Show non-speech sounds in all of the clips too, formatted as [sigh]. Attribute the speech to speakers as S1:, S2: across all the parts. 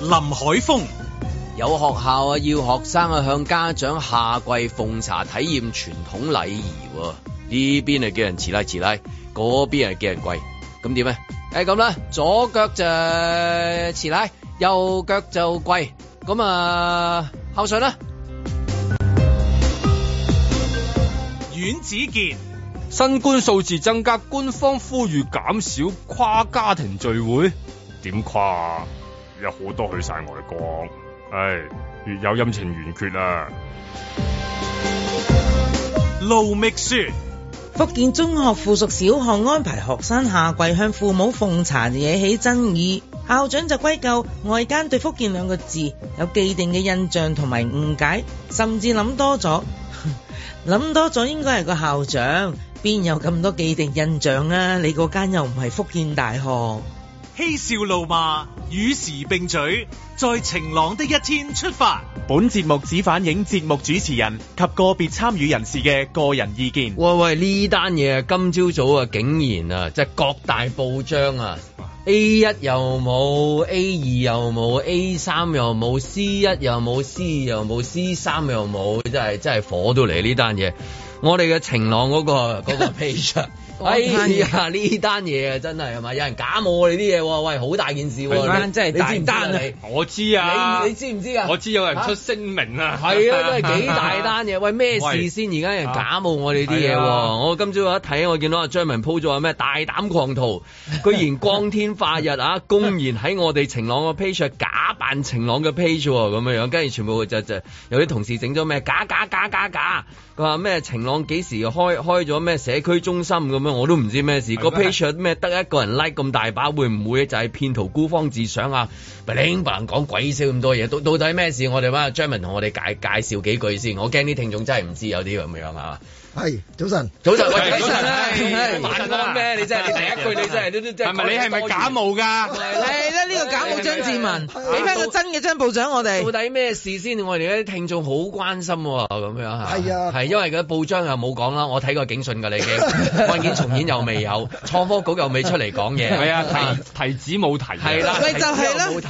S1: 林海峰。
S2: 有學校啊，要學生啊向家長下跪奉茶，體驗傳統禮儀喎。呢邊啊叫人遲拉遲拉，嗰邊啊叫人跪，咁點咧？誒咁啦，左腳就遲拉，右腳就跪，咁啊孝順啦。
S1: 阮子健、
S3: 新冠數字增加，官方呼籲減少跨家庭聚會。點跨啊？有好多去晒外國，唉，越有陰晴圓缺啊！
S1: 盧覓雪、
S4: 福建中學附屬小學安排學生下跪向父母奉茶惹起爭議，校長就歸咎外間對福建兩個字有既定嘅印象同埋誤解，甚至諗多咗。 [laughs] 諗多咗應該係個校長，邊有咁多既定印象啊？你嗰間又唔係福建大學。
S1: 嬉笑怒罵，與時並舉，在晴朗的一天出發。
S5: 本節目只反映節目主持人及個別參與人士嘅個人意見。
S2: 喂喂，呢單嘢啊，今朝早啊，竟然啊，即係各大報章啊，A 一又冇，A 二又冇，A 三又冇，C 一又冇，C 又冇，C 三又冇，真係真係火到嚟呢單嘢。我哋嘅晴朗嗰、個嗰、個 page 啊。哎呀！呢單嘢啊，真係係咪？有人假冒我哋啲嘢喎，喂，好大件事
S3: 係
S2: 喎！
S3: 咩
S2: 你
S4: 真係
S2: 你
S4: 大
S2: 知唔知啊
S4: 單啊
S2: 你
S3: 我知啊，
S2: 你你知唔知啊？
S3: [laughs] 我知有人出聲明啊，
S2: 係啊，真係幾大單嘢。喂，咩事先？而家有人假冒我哋啲嘢
S3: 係
S2: 喎！
S3: 啊
S2: 我今朝一睇，我見到阿張文 po 咗話咩大膽狂徒，居然光天化日啊， [laughs] 公然喺我哋晴朗嘅 page 假扮晴朗嘅 page 喎，咁樣樣，跟住全部就就有啲同事整咗咩假假假假假，佢話咩晴朗幾時開開咗咩社區中心咁樣，我都唔知咩事。
S3: 係
S2: 個
S3: 咩
S2: page 咩得一個人 like 咁大把，會唔會就係騙徒孤芳自賞啊？bling bling 講鬼死咁多嘢，到到底咩事？我哋揾阿張文同我哋介介紹幾句先，我驚啲聽眾真係唔知有啲咁樣啊。
S6: 係早晨，
S2: 早晨，喂，
S3: 係
S2: 早晨啊
S3: 早晨啊
S2: 你晚安咩？你真係你第一句你真係都都真
S3: 係咪你係咪假？冒
S5: [laughs]
S3: 㗎？
S2: 係
S4: 係啦，呢個假冒張志文，
S2: 啊
S4: 俾翻個真嘅張部長我
S2: 到
S4: 哋。
S2: 底咩事先？我哋啲聽眾好關心喎，咁樣嚇。
S6: 係啊
S2: 係因為嗰啲報章又冇講啦，我睇過警訊㗎，你已經案件重演又未有，創科局又未出嚟講
S7: [laughs]
S2: 嘢。
S3: [laughs] 係啊，提提子冇提啊，
S2: 係啦，
S4: 喂就係啦
S2: 冇提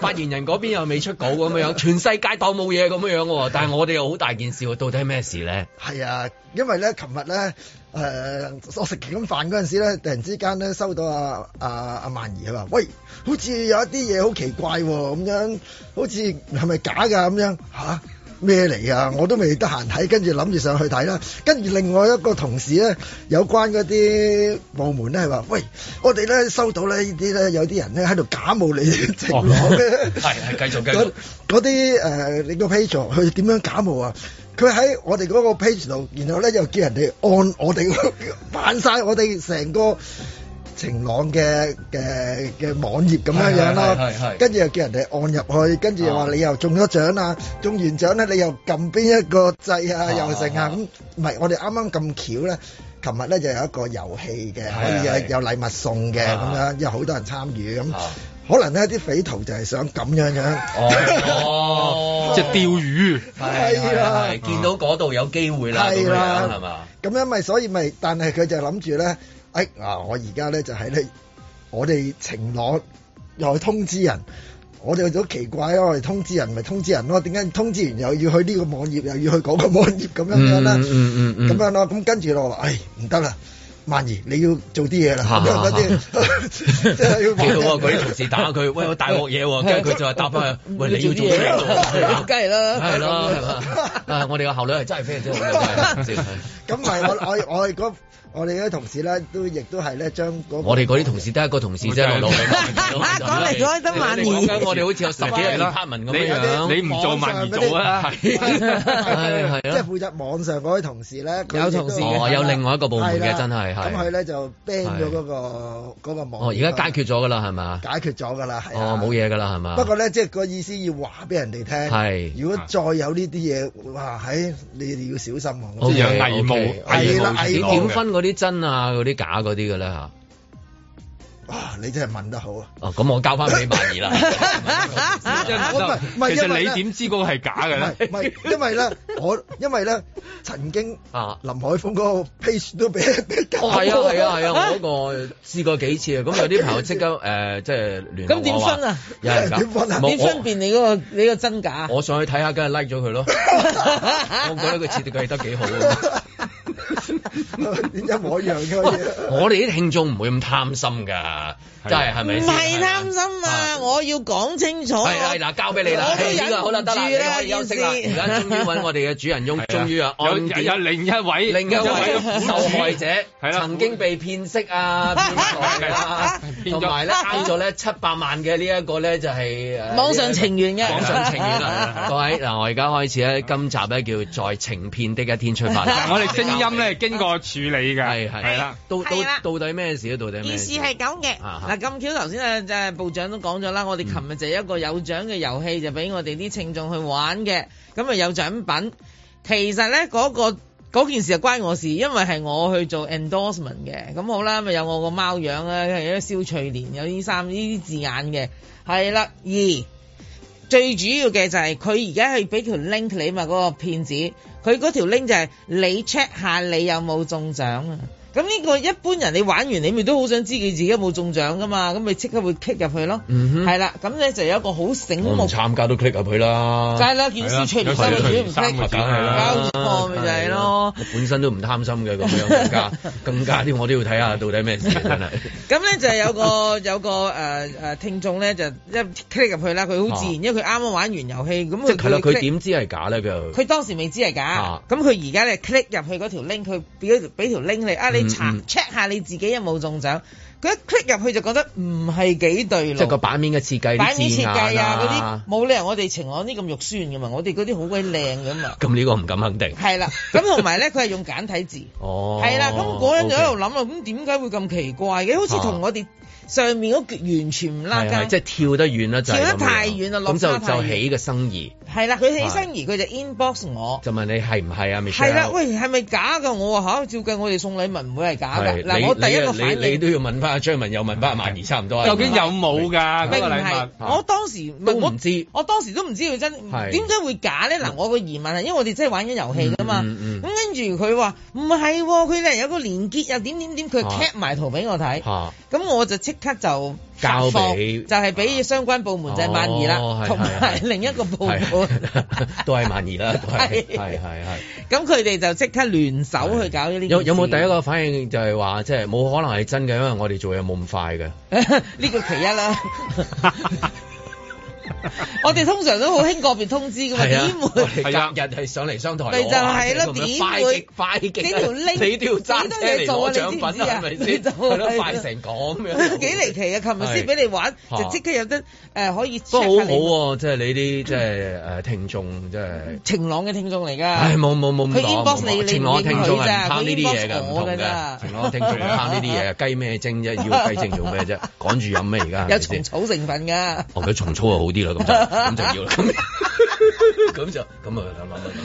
S2: 發言人嗰邊又未出稿咁樣樣，全世界當冇嘢咁樣樣喎。但係我哋又好大件事喎，到底係咩事咧？
S6: 係啊，因為咧，琴日咧，誒，我食緊飯嗰陣時咧，突然之間咧，收到阿阿阿曼儀佢話：喂，好似有一啲嘢好奇怪喎、咁樣好似係咪假㗎？咁樣吓？咩嚟啊？我都未得閒睇，跟住諗住上去睇啦。跟住另外一個同事咧，有關嗰啲部門咧，係話：喂，我哋咧收到咧呢啲咧，有啲人咧喺度假冒你情
S3: 哦
S6: 郎咧。
S2: 係係繼續繼續
S6: 嗰。嗰啲誒你個 page 佢點樣假冒啊？佢喺我哋嗰個 page 度，然後咧又叫人哋按我哋 [laughs] 嗰扮晒我哋成個晴朗嘅嘅嘅網頁咁樣樣
S2: 係係
S6: 啦
S2: 係係，
S6: 跟住又叫人哋按入去，跟住又
S2: 啊
S6: 話你又中咗獎啊，中完獎咧你又撳邊一個掣
S2: 啊
S6: 啊，又成
S2: 啊
S6: 啊咁，唔係我哋啱啱咁巧咧。琴日咧就有一個遊戲嘅，可以
S2: 係係
S6: 有有禮物送嘅咁
S2: 啊
S6: 樣，有好多人參與咁
S2: 啊，
S6: 可能咧啲匪徒就係想咁樣樣。
S2: 哦，
S3: [laughs] 即係釣魚。
S2: 係係
S6: 係啦
S2: 係，見到嗰度有機會啦，咁
S6: 係
S2: 樣
S6: 啦
S2: 樣係嘛？
S6: 咁樣咪所以咪，但係佢就諗住咧，哎嗱，我而家咧就係咧，我哋晴朗又去通知人，我哋都奇怪咯，我哋通知人咪通知人咯，點解通知完又要去呢個網頁，又要去嗰個網頁咁樣樣咧？
S2: 嗯嗯嗯嗯
S6: 咁樣咯，咁跟住我話，唉，唔得啦。萬兒，你要做啲
S2: [laughs]
S6: 嘢啦，
S2: 嚇
S6: 咁樣嗰啲，即係
S2: [laughs]
S6: 要
S2: 幾好啊！
S6: 玩
S2: 嗰啲同事打佢，喂，我大鑊嘢喎，跟住佢就話答翻佢，喂，你要做咩啊？
S4: [laughs] 梗係啦，
S2: 係咯，係
S4: [laughs]
S2: 嘛？啊，我哋個效率係真係非常之好嘅，真係
S6: 咁咪我我我哋嗰我哋啲同事咧，都亦都係咧將嗰個
S2: 我哋嗰啲同事得一個同事啫，老老
S4: 講嚟講去都萬二
S2: 講緊我哋好似有十幾個 department 咁樣樣。
S3: 你唔做萬二做啊？
S2: 係係
S6: 即係負責網上嗰位同事咧，佢
S4: 有同事嘅
S2: 哦有另外一個部門嘅
S6: 係啦
S2: 真係係
S6: 咁佢咧就 ban 咗嗰個嗰個網。
S2: 哦，而家解決咗㗎啦，係嘛？
S6: 解決咗㗎啦，係啊
S2: 哦，冇。嘢㗎啦，係嘛？
S6: 不過咧，即係個意思要話俾人哋聽。
S2: 係
S6: 如果再有呢啲嘢，哇！喺你哋要小心喎。
S2: 好
S3: 即係有偽冒
S2: OK，OK，
S3: 偽
S6: 係
S3: 冒
S6: 啦偽
S2: 點
S6: 冒
S2: 點
S3: 點
S2: 分嗰啲真啊，嗰啲假嗰啲嘅咧嚇？
S6: 啊，你真係問得好啊！
S2: 哦，咁我交翻俾萬兒啦。
S6: 我唔係唔係
S3: 其
S4: [laughs]
S6: 因為
S3: 實
S6: 咧
S3: 你點知嗰個係假嘅
S6: 唔係
S3: 咧？
S6: 唔係，因為咧，我因為咧曾經
S2: 啊
S6: 林海峰嗰個 page 都俾俾搞
S2: 哦，係啊，係啊，係啊，我嗰個試過幾次啊。咁有啲朋友即刻誒，即係聯絡
S4: 咁點
S2: 我話
S4: 分啊
S2: 有人
S6: 點分啊
S2: 搞
S6: 我
S4: 點分辨你嗰個你個真假？
S2: 我上去睇下，梗係 like 咗佢咯。我覺得佢設計得幾
S6: [laughs]
S2: 好啊！ [laughs]
S6: 一模一樣嘅嘢。
S2: 我哋啲聽眾唔會咁貪心㗎，真係係咪
S4: 唔
S2: 先？
S4: 係貪心啊！我要講清楚。
S2: 係係嗱，交俾你啦。
S4: 我都
S2: 係呢個好啦，得啦，你
S4: 忍唔住啦
S2: 可以休息啦。
S4: 呢件
S2: 而
S4: 事
S2: 家終於揾我哋嘅主人翁，終於啊，
S3: 有
S2: 按
S3: 有
S2: 電
S3: 有另一位
S2: 另一位受害 [laughs] 者
S3: 係啦
S2: 曾經被騙色
S3: [laughs]
S2: 啊、騙財啊，
S3: 騙咗
S2: 同埋咧呃咗咧七百萬嘅呢一個咧就係誒
S4: 網上情緣嘅
S2: 網上情緣啦， [laughs] 各位嗱，我而家開始咧，今集咧叫在情騙的一天出發。
S3: 但係 [laughs] 我哋聲音咧經過處理㗎，
S2: 係係
S3: 係啦。，
S2: 到
S4: 係啦
S2: 到到底咩事咧？啊到底咩
S4: 件事係咁嘅，
S2: 啊
S4: 嗱咁巧頭先啊，就係部長都講咗啦，我哋琴日就有一個有獎嘅遊戲，就俾我哋啲聽眾去玩嘅，咁啊有獎品。其實咧嗰、個嗰件事就關我事，因為係我去做 endorsement 嘅，咁好啦，咪有我個貓樣啦，有啲蕭翠蓮，有啲衫呢啲字眼嘅，係啦，二。最主要嘅就係佢而家係俾條 link 你嘛，嗰、個騙子，佢嗰條 link 就係你 check 下你有冇中獎啊。咁呢個一般人你玩完你咪都好想知佢自己有冇中獎噶嘛，咁咪即刻會 kick 入去咯。
S2: 嗯哼
S4: 係啦、咁咧就有一個好醒
S2: 我唔
S4: 目，就
S2: 啊參加都 click 入去啦。
S4: 係啦，件事出嚟三
S2: 啊
S4: 個主唔
S3: 三個
S4: click，
S3: 字
S2: 梗係啦，
S4: 搞錯咪就係咯
S2: 我啊本身都唔貪心嘅，咁樣更加 [laughs] 更加啲，我都要睇下到底咩事真係。
S4: 咁咧就有個 [laughs] 有個誒誒、呃、聽眾咧就一 click 入去啦，佢好自然，
S2: 啊
S4: 因為佢啱啱玩完遊戲，咁
S2: 即係
S4: 佢
S2: 係啦，佢
S4: click-
S2: 點知係假咧？佢又
S4: 佢當時未知係假
S2: 嗯啊，
S4: 咁佢而家咧 click 入去嗰條 link，佢俾咗俾條 link 你啊，你
S2: 嗯
S4: 查
S2: 嗯
S4: check 下你自己有冇中獎。佢一 click 入去就覺得唔係幾對路，
S2: 即係個版面嘅設計、
S4: 版面
S2: 啲字
S4: 設
S2: 眼
S4: 計啊嗰啲，冇理由我哋晴朗啲咁肉酸噶嘛，我哋嗰啲好鬼靚噶嘛，
S2: 咁呢個唔敢肯定。
S4: 係啦。咁同埋咧，佢係用簡體字，
S2: [laughs] 哦，
S4: 係啦。咁嗰人就喺
S2: OK
S4: 度諗啊，咁點解會咁奇怪嘅？好似
S2: 啊
S4: 同我哋上面嗰橛完全唔拉
S2: 係係
S4: 更
S2: 即。係跳得遠啦，就係咁樣
S4: 啊跳得太遠啊啦落
S2: 咁
S4: 差
S2: 就
S4: 太遠
S2: 就起個生意，
S4: 係啦，佢起身而佢就 inbox 我。
S2: 就問你係唔係啊？Michelle？
S4: 係啦，喂，係咪假㗎？我話嚇，照計我哋送禮物唔會係假
S2: 係你
S4: 㗎。嗱，我第一個
S2: 你
S4: 反
S2: 你你
S4: 應
S2: 都要問翻阿張文，又問翻阿萬兒，差唔多啊。
S3: 究竟有冇㗎嗰
S4: 並唔
S3: 個禮
S4: 係
S3: 物？，
S4: 我當時
S2: 都唔
S4: 我
S2: 知
S4: 我當時都唔知佢真
S2: 係
S4: 點解會假咧。嗱，我個疑問啊係因為我哋真係玩緊遊戲㗎嘛。
S2: 嗯嗯嗯
S4: 咁跟住佢話唔係喎，佢咧有個連結又點點點，佢
S2: 啊
S4: cap 埋圖俾我睇。
S2: 嚇？
S4: 咁我就即刻就發
S2: 交
S4: 放
S2: 俾啊
S4: 就係俾相關部門就係萬
S2: 哦
S4: 兒啦，
S2: 係
S4: 同埋
S2: 係係
S4: 另一個部門。
S2: 係 [laughs] 都係萬兒啦，都係
S4: [laughs] 係
S2: 係係係。
S4: 咁佢哋就即刻聯手去搞呢件事。
S2: 有有冇第一個反應就係話，即係冇可能係真嘅，因為我哋做嘢冇咁快嘅。
S4: [laughs] 呢個其
S2: [laughs]
S4: 一啦。我哋通常都好興個別通知㗎嘛，
S2: 係啊，
S4: 點
S2: 我
S4: 會？
S2: 哋隔日係上嚟商台攞，啊
S4: 咪就係咯
S2: 咁樣
S4: 點
S2: 快
S4: 會
S2: 極快極，啊
S4: 幾條拎
S2: 你都要揸車嚟攞獎
S4: 幾多嘢
S2: 品
S4: 做
S2: 啊，
S4: 啊
S2: 係咪
S4: 你知
S2: 先？
S4: 唔知啊你就
S2: 係咯，
S4: 係
S2: 快
S4: 咯
S2: 成咁樣，
S4: [laughs] 幾離奇啊！琴日
S2: 係
S4: 先俾你玩，
S2: 嚇
S4: 就即刻有得誒可以 check
S2: 不過好
S4: 下
S2: 好
S4: 你
S2: 喎，即係你啲即係誒聽眾，即係。
S4: 晴朗嘅聽眾嚟㗎。
S2: 唉，冇冇冇
S4: 嗯佢
S2: 冇
S4: inbox 你
S2: 晴朗嘅聽眾係
S4: 啊你唔應佢
S2: 唔貪呢啲嘢
S4: 咋佢
S2: 㗎，
S4: inbox
S2: 唔
S4: 我
S2: 同
S4: 㗎
S2: 嘅
S4: 咋。
S2: 晴朗嘅聽眾唔貪呢啲嘢，
S4: [laughs]
S2: 雞咩精啫？要雞精做咩啫？趕住飲咩而家？係咪
S4: 有
S2: 先
S4: 蟲草成分㗎。
S2: 哦，佢重操就好啲啦，咁 [laughs] 就咁就要啦，咁咁就咁啊諗諗諗咁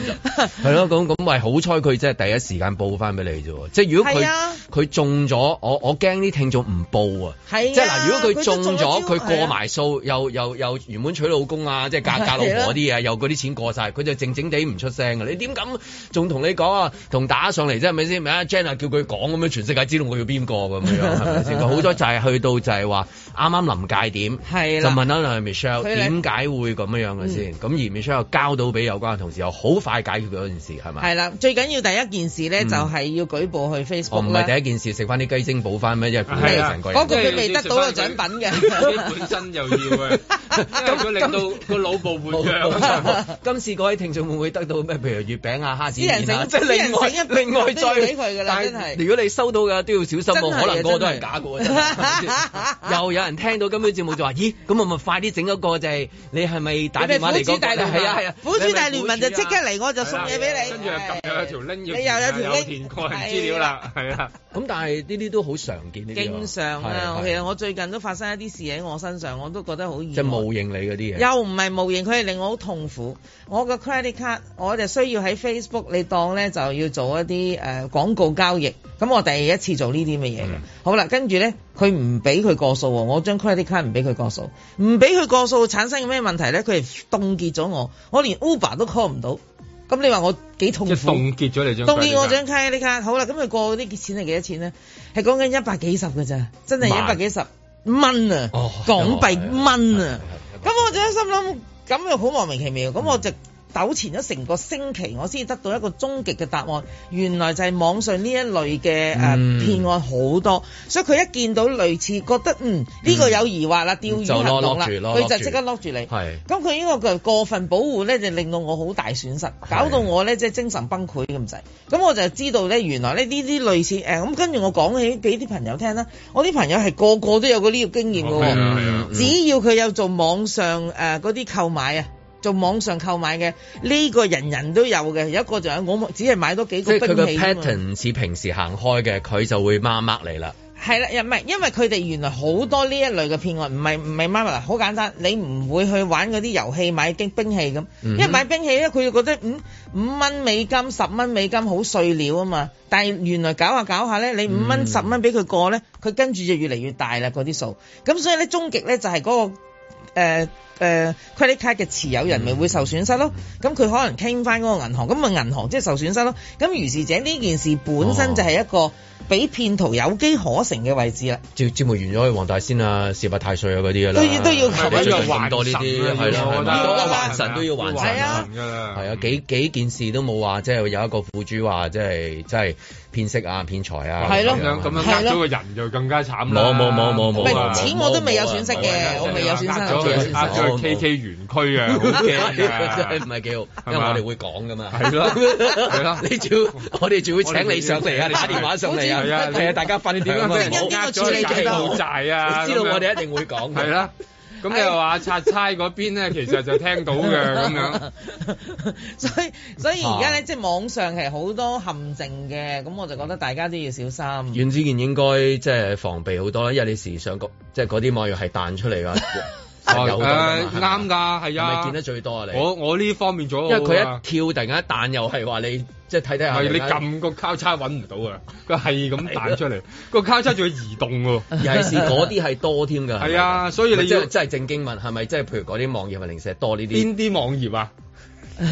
S2: 就係咯，咁咁咪好彩佢即係第一時間報翻俾你啫喎，即係如果佢
S4: 係啊
S2: 佢中咗，我我驚啲聽眾唔報啊，
S4: 係啊
S2: 即係嗱，如果佢中
S4: 佢都中
S2: 咗，
S4: 咗
S2: 佢
S4: 招
S2: 過埋數，又又又原本娶老公啊，即係嫁嫁老婆嗰啲嘢，啊又嗰啲錢過晒，佢就靜靜地唔出聲啊！你點敢仲同你講啊？同打上嚟啫，係咪先？咪啊 Jenna 叫佢講咁樣，全世界知道我要邊個咁樣，係咪先？佢好多就係去到就係話啱啱臨界點。
S4: 係
S2: 就
S4: 啦。
S2: 問啦，Michelle
S4: 佢嚟
S2: 點解會咁樣樣嘅
S4: 嗯
S2: 先？咁、而 Michelle 又交到俾有關嘅同事，又好快解決嗰件事係咪？哦
S4: 係啦，最緊要第一件事咧，
S2: 嗯
S4: 就係要舉報去
S2: 我唔
S4: Facebook 啦。
S2: 係第一件事食翻啲雞精補翻咩？因為估
S3: 係
S2: 你
S3: 啊
S2: 成個人哦
S4: 嗰個
S2: 都。
S4: 佢未得到個獎品
S2: [laughs]
S4: 嘅。
S3: 本身又要啊，咁佢令到個腦部活
S2: [laughs] 冇
S4: 啊
S3: 躍。
S2: 錯今次各位聽眾會唔會得到咩？譬如月餅啊、蝦子麵啊，即
S4: 私
S2: 係
S4: 人醒
S2: 另外
S4: 私人醒一
S2: 另外
S4: 都要
S2: 再
S4: 俾佢㗎啦
S2: 但係
S4: 真係
S2: 如果你收到嘅都要小心喎，
S4: 真係啊
S2: 可能嗰個都係假嘅喎。真係
S4: 真係
S2: 又有人聽到今朝節目就話：咦，咁我咪快啲整一個就係你係咪打電話嚟
S4: 你
S2: 嗰
S4: 咪虎
S2: 個？
S4: 主大聯盟
S2: 係啊係啊，
S4: 虎主大聯盟就即刻
S2: 嚟。
S4: 嚟，我 [laughs] 就送嘢俾你。
S3: 跟住又撳
S2: 啊
S3: 有條 link 要
S4: 你又有條 link 啊
S3: 填個人資料啦，係啦，
S2: 咁但係呢啲都好常見呢啲喎，
S4: 經常啊，
S2: 係
S4: 其實
S2: 係
S4: 我最近都發生一啲事喺我身上，我都覺得好意外。
S2: 即係冒認你嗰啲嘢，
S4: 又唔係冒認，佢係令我好痛苦。我個 credit card 我就需要喺 Facebook，你當咧就要做一啲誒、呃廣告交易。咁我第一次做呢啲咁嘅嘢嘅。
S2: 嗯
S4: 好啦，跟住咧佢唔俾佢過數喎，我張 credit card 唔俾佢過數，唔俾佢過數產生嘅咩問題咧？佢係凍結咗我，我連 Uber 都 call 唔到，咁你話我幾痛苦？
S7: 即係凍結咗你張
S4: 凍結我
S7: 卡
S4: 張 credit card，好啦，咁佢過嗰啲錢係幾多錢咧？係講緊一百幾十嘅咋，真係一百幾十蚊啊，
S2: 哦
S4: 港幣蚊啊！
S2: 係係係係
S4: 咁我就心諗，咁又好莫名其妙，咁
S2: 嗯
S4: 我就。糾纏咗成個星期，我先得到一個終極嘅答案。原來就係網上呢一類嘅誒、呃
S2: 嗯
S4: 騙案好多，所以佢一見到類似覺得嗯呢、個有疑惑啦，釣魚
S2: 就
S4: 行動
S2: 攞
S4: 啦，
S2: 攞住攞
S4: 佢就
S2: 攞住
S4: 即刻 lock 住你。
S2: 係
S4: 咁佢呢個嘅過分保護咧，就令到我好大損失，搞到我咧即係精神崩潰咁滯。咁我就知道咧，原來咧呢啲類似誒咁，跟住我講起俾啲朋友聽啦，我啲朋友係個個都有過呢個經驗嘅喎。
S2: 嗯嗯
S4: 只要佢有做網上誒嗰啲購買啊，做網上購買嘅呢、個人人都有嘅，有一個就係我只係買多幾
S2: 即
S4: 個
S2: 係佢
S4: 兵
S2: 個
S4: 器啫嘛
S2: pattern 唔似平時行開嘅，佢就會 mark mark 你啦。
S4: 係啦，又唔係，因為佢哋原來好多呢一類嘅騙案，唔係唔係媽咪，好簡單，你唔會去玩嗰啲遊戲買兵兵器咁，
S2: 嗯哼
S4: 因為買兵器咧，佢就覺得五五蚊美金、十蚊美金好碎料啊嘛，但係原來搞下搞下咧，你五蚊、
S2: 嗯
S4: 十蚊俾佢過咧，佢跟住就越嚟越大啦嗰啲數，咁所以咧終極咧就係嗰、個。誒誒 credit card 嘅持有人咪會受損失咯，咁佢可能傾翻嗰個銀行，咁咪銀行即係受損失咯。咁如是者呢件事本
S7: 哦
S4: 身就係一個俾騙徒有機可乘嘅位置啦， [laughs]
S2: 節節目完咗去黃大仙啊、事物太歲啊嗰啲㗎啦，
S4: 都要都要求
S2: 你
S4: 一
S2: 最
S4: 個
S2: 近
S7: 啊
S2: 咁多呢啲係啦，係啦，多還神都要還神
S4: 係啊
S2: 啊。係啊，幾幾件事都冇話，即係有一個苦主話，即係即係騙色啊、騙財啊，
S4: 係咯
S7: 咁樣咁樣
S4: 係咯
S7: 呃咗個人就更加慘啦。
S2: 冇冇冇冇
S4: 唔
S2: 冇啊
S4: 係錢我都未有
S2: 冇啊
S4: 損失
S2: 冇啊
S4: 嘅，我未有損失，
S7: 呃
S4: 我未有損
S7: 咗
S4: 失啊
S7: 佢呃咗
S2: 我冇
S7: 佢 KK 園區 [laughs]
S2: [laughs]
S7: 啊，好
S2: 真
S7: 驚
S2: 係
S7: 啊！
S2: 唔係幾好，
S7: 係嘛
S2: 因為我哋會講噶嘛。
S7: 係
S2: [laughs]
S7: 咯係咯
S2: 你仲要我哋仲會請你上嚟啊，你打電話上嚟
S7: 係
S2: 啊
S7: 啊，
S2: 係啊，大家快啲點樣
S7: 俾
S2: 去
S7: 人
S4: 我
S7: 呃
S4: 呃
S7: 咗
S4: 咗
S7: 你
S4: 你
S7: 幾
S4: 幾
S7: 度
S4: 多
S7: 債啊？
S2: 知道
S7: 咁樣
S2: 我哋一定會講嘅。
S7: 係啦。咁
S2: 哎
S7: 你又話拆差嗰邊咧，其實就聽
S2: [laughs]
S7: 到嘅咁樣。
S4: 所以所以而家咧，即係網上係好多陷阱嘅，咁我就覺得大家都要小心。
S2: 阮子健應該即係防備好多啦，因為你時上局即係嗰啲網友係彈
S7: [laughs]
S2: 出嚟㗎，
S7: 哦
S2: 有好
S7: 誒
S2: 多㗎嘛
S7: 啱㗎，
S2: 係
S7: 係
S2: 咪
S7: 啊
S2: 見。得最多啊你？
S7: 我我呢方面做
S2: 因
S7: 得
S2: 為
S7: 好
S2: 佢一
S7: 啊
S2: 跳，突然間一彈又係話你即係睇睇下，
S7: 係你
S2: 突然間
S7: 撳個交叉揾唔到啊！佢係咁彈出嚟，個交叉仲要移動喎。
S2: 尤其是嗰啲係多添
S7: [laughs]
S2: 㗎。
S7: 係啊所以你
S2: 即
S7: 要
S2: 係真係正經問係咪？即係譬如嗰啲網頁咪零舍多呢啲
S7: 邊啲網頁啊？
S2: [laughs] 科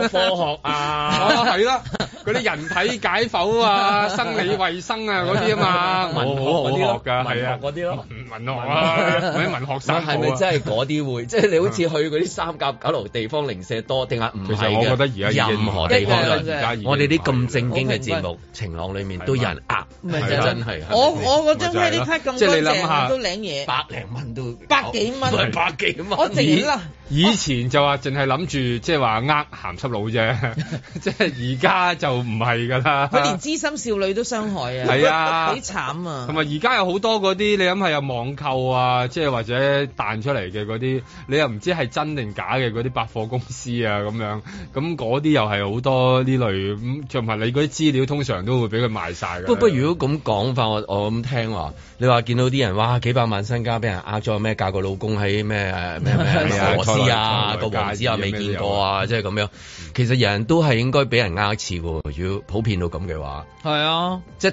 S2: 科學
S7: [laughs] 哦，
S2: 啊，
S7: 係啦，嗰啲人體解剖
S2: [laughs]
S7: 啊、生理衛生啊嗰啲啊嘛，
S2: 文學
S7: 我好好
S2: 嗰啲咯
S7: 學㗎，係啊，
S2: 文學嗰啲咯
S7: 文文學
S2: [laughs]
S7: 啊，嗰啲文學啊生
S2: 係咪真係嗰啲會？ [laughs] 即係你好似去嗰啲三甲九樓地方零舍多，定係唔
S7: 其
S2: 係
S7: 實
S2: 嘅？
S7: 我覺得而家已經
S2: 任何地方
S4: 一樣
S2: 都
S7: 而
S2: 係
S4: 啫
S7: 家已經
S2: 我哋啲咁
S7: 係
S2: 正經嘅節目，晴朗裡面都有人呃，
S4: 咪
S7: 就係咯
S2: 真係
S4: 我我嗰張
S7: 咪就係
S4: credit
S7: 咯
S4: card 咁乾
S7: 即係你諗下
S4: 淨都領嘢，
S2: 百零蚊都
S4: 百幾蚊
S2: 唔係百幾蚊，
S4: 我直啦。
S7: 以前就話淨係諗住即係話呃鹹濕佬啫， [laughs] 即係而家就唔係㗎啦。
S4: 佢連知心少女都傷害啊！
S7: 係啊
S4: [laughs] 幾慘啊！
S7: 同埋而家有好多嗰啲，你諗下有網購啊，即係或者彈出嚟嘅嗰啲，你又唔知係真定假嘅嗰啲百貨公司啊咁樣，咁嗰啲又係好多呢類，咁同埋你嗰啲資料通常都會俾佢賣晒㗎。
S2: 不不，如果咁講法，我我咁聽話，你話見到啲人哇幾百萬身家俾人呃咗，咩嫁個老公喺咩誒咩咩
S7: 啊
S2: 俄羅斯啊
S7: 塞內塞內
S2: 個王子啊
S7: 加爾
S2: 未見
S7: 咩都有
S2: 過啊，即係咁樣。其實人都係應該俾人呃一次喎，如果普遍到咁嘅話，
S4: 係啊，
S2: 即係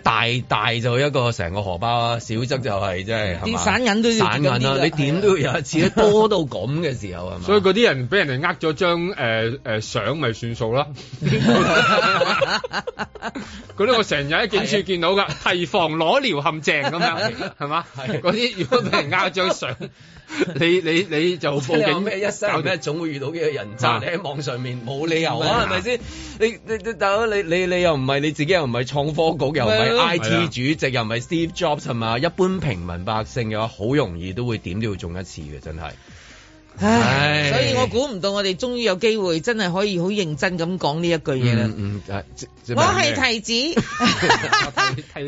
S2: 大大就一個成個荷包啊，小則就係即係係
S4: 啲
S2: 嘛
S4: 散銀都要
S2: 散銀
S4: 咁啲
S2: 啦，
S4: 㗎
S2: 你點都要有一次，多到咁嘅時候係嘛？
S7: 所以嗰啲人俾人哋呃咗張誒誒相咪算數啦。嗰啲我成日喺警署見到㗎，提防裸聊陷阱咁樣，係嘛？
S2: 啊係
S7: 嗰啲如果俾人呃張相，你你你就
S2: 即係
S7: 報
S2: 你話
S7: 警
S2: 咩一生
S7: 搞掂
S2: 咩總會遇到嘅人渣，
S7: 啊，
S2: 你喺網上面冇理由啊，係咪先？你你你大佬你你你又唔係你自己又唔係創科局，又唔
S4: 係咯
S2: 係 I T 主席，又唔係 Steve Jobs 係嘛？一般平民百姓嘅話，好容易都會點都要中一次嘅，真係。唉
S4: 唉，所以我估唔到我哋終於有機會真係可以好認真咁講呢一句嘢啦。
S2: 嗯嗯，啊即即
S4: 我係提子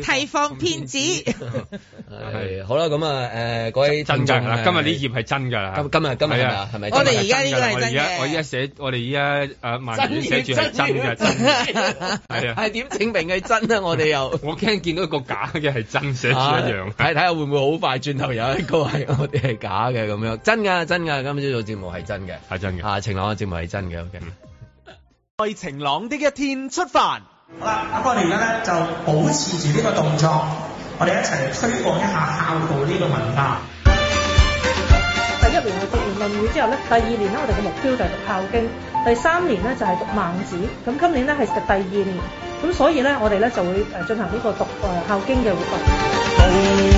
S4: [laughs] 提防騙子。
S2: 係好啦，咁啊誒嗰位
S7: 真㗎
S2: 聽眾
S7: 啦，
S2: 啊
S7: 今日呢頁係真㗎啦。
S2: 今今日今日
S7: 係
S2: 係咪
S7: 啊
S2: 啊係咪？
S4: 我哋而
S2: 真係
S4: 家呢個係
S7: 我
S4: 真
S7: 而家
S4: 嘅
S7: 我而家寫，我哋而家誒萬年寫住係真嘅，真嘅
S2: [laughs]
S7: 係啊。
S2: 係點證明係真啊？我哋又。
S7: 我驚見到個假嘅係真寫住一樣
S2: 啊。睇睇下會唔會好快轉頭有一個係我哋係假嘅咁樣，真㗎真㗎，今朝做節目係真嘅，
S7: 係真嘅嗯
S2: 啊晴朗嘅節目係真嘅，OK。
S5: 在晴朗的一天出發。
S8: 好啦，咁我哋而家咧就保持住呢個動作，我哋一齊推廣一下孝道呢個文化。
S9: 第一年係讀完《論語》之後咧，第二年咧我哋嘅目標就係讀《孝經》，第三年咧就係讀《孟子》，咁今年咧係第二年，咁所以咧我哋咧就會誒進行呢個讀誒《孝經》嘅活動。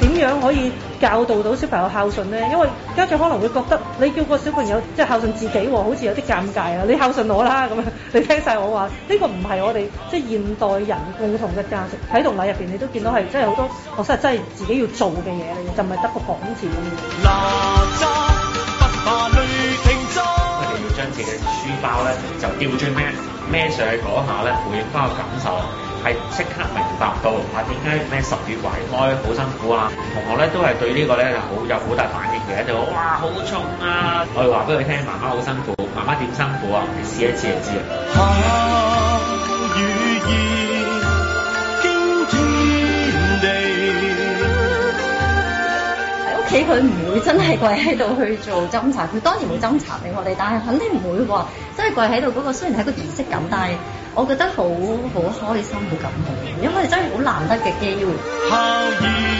S9: 點樣可以教導到小朋友孝順呢？因為家長可能會覺得你叫個小朋友即係孝順自己喎，好似有啲尷尬啊！你孝順我啦咁樣， [laughs] 你聽晒我話，呢、個唔係我哋即係現代人共同嘅價值。喺同禮入邊，你都見到係即係好多學生係真係自己要做嘅嘢嚟嘅，就唔係得個講字咁樣。
S8: 我哋要將自己嘅書包咧就吊住孭，孭上去嗰下咧，每包感受啊係即刻明白到啊點解咩十月懷胎好辛苦啊！同學咧都係對呢個咧就好有好大反應嘅，就話哇好重啊！我哋話俾佢聽，媽媽好辛苦，媽媽點辛苦啊？你試一次就知啦。
S10: 喺屋企佢唔會真係跪喺度去做斟茶，佢當然會斟茶俾我哋，但係肯定唔會話真係跪喺度嗰個。雖然係一個儀式感，但係我覺得好好開心，好感動，因為真係好難得嘅機會。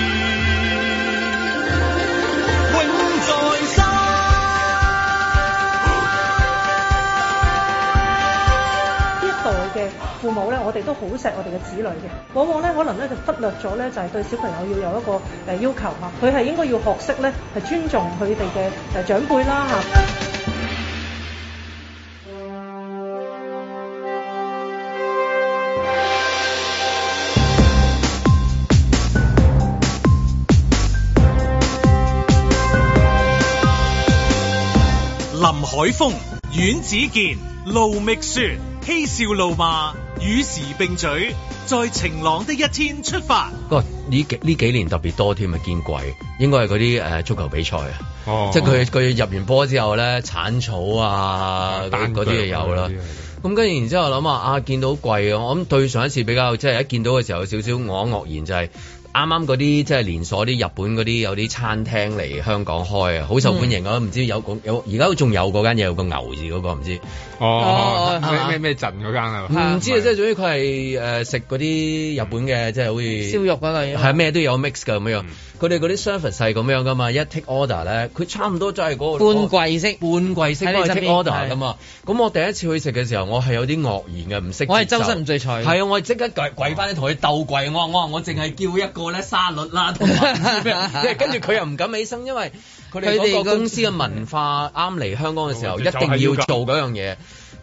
S9: 呢一代嘅父母咧，我哋都好錫我哋嘅子女嘅，往往咧可能咧就忽略咗咧，就係對小朋友要有一個誒要求啊，佢係應該要學識咧係尊重佢哋嘅呃誒長輩啦嚇。
S1: 林海峰、阮子健、路覓雪，嬉笑怒罵，與時並舉，在晴朗的一天出發。
S2: 個呢幾呢幾年特別多添啊，見鬼！應該係嗰啲誒足球比賽啊，
S7: 哦
S2: 即係佢佢入完波之後咧，剷草啊嗰
S7: 哦單腳
S2: 嗰啲嘢有啦
S7: 嗰啲係。啊
S2: 咁跟住然之後諗下啊，見到貴啊！我諗對上一次比較即係一見到嘅時候有少少我愕然就係、啱啱嗰啲即係連鎖啲日本嗰啲有啲餐廳嚟香港開啊，好受歡迎啊！
S7: 嗯
S2: 唔知有個有而家仲有嗰間嘢有個牛字嗰、個唔知。
S7: 哦咩
S2: 哦，係
S7: 咩咩陣嗰間啊？
S2: 唔知啊，即係總之佢係誒呃食嗰啲日本嘅，即係好似
S4: [laughs] 燒肉嗰類啊嗯
S2: 係咩都有 mix 㗎咁樣。佢哋嗰啲 service 係咁樣噶嘛，一 take order 咧，佢差唔多就係嗰個
S4: 半季式
S2: 半季式
S4: 喺你
S2: 幫佢
S4: 側
S2: take
S4: 邊
S2: order
S4: 係
S2: 噶嘛。咁我第一次去食嘅時候，我係有啲愕然嘅，唔識接受。
S4: 我係周身唔聚財
S2: 係啊，我係即刻跪跪翻同佢鬥跪，我話我話我淨係叫一個咧沙律啦，同埋唔知 [laughs] 咩即係跟住佢又唔敢起身，因為佢哋
S4: 佢哋
S2: 嗰
S4: 嗰
S2: 個公司嘅文化啱嚟香港嘅時候，一
S7: 就係
S2: 定
S7: 要
S2: 要
S7: 咁
S2: 做嗰樣嘢。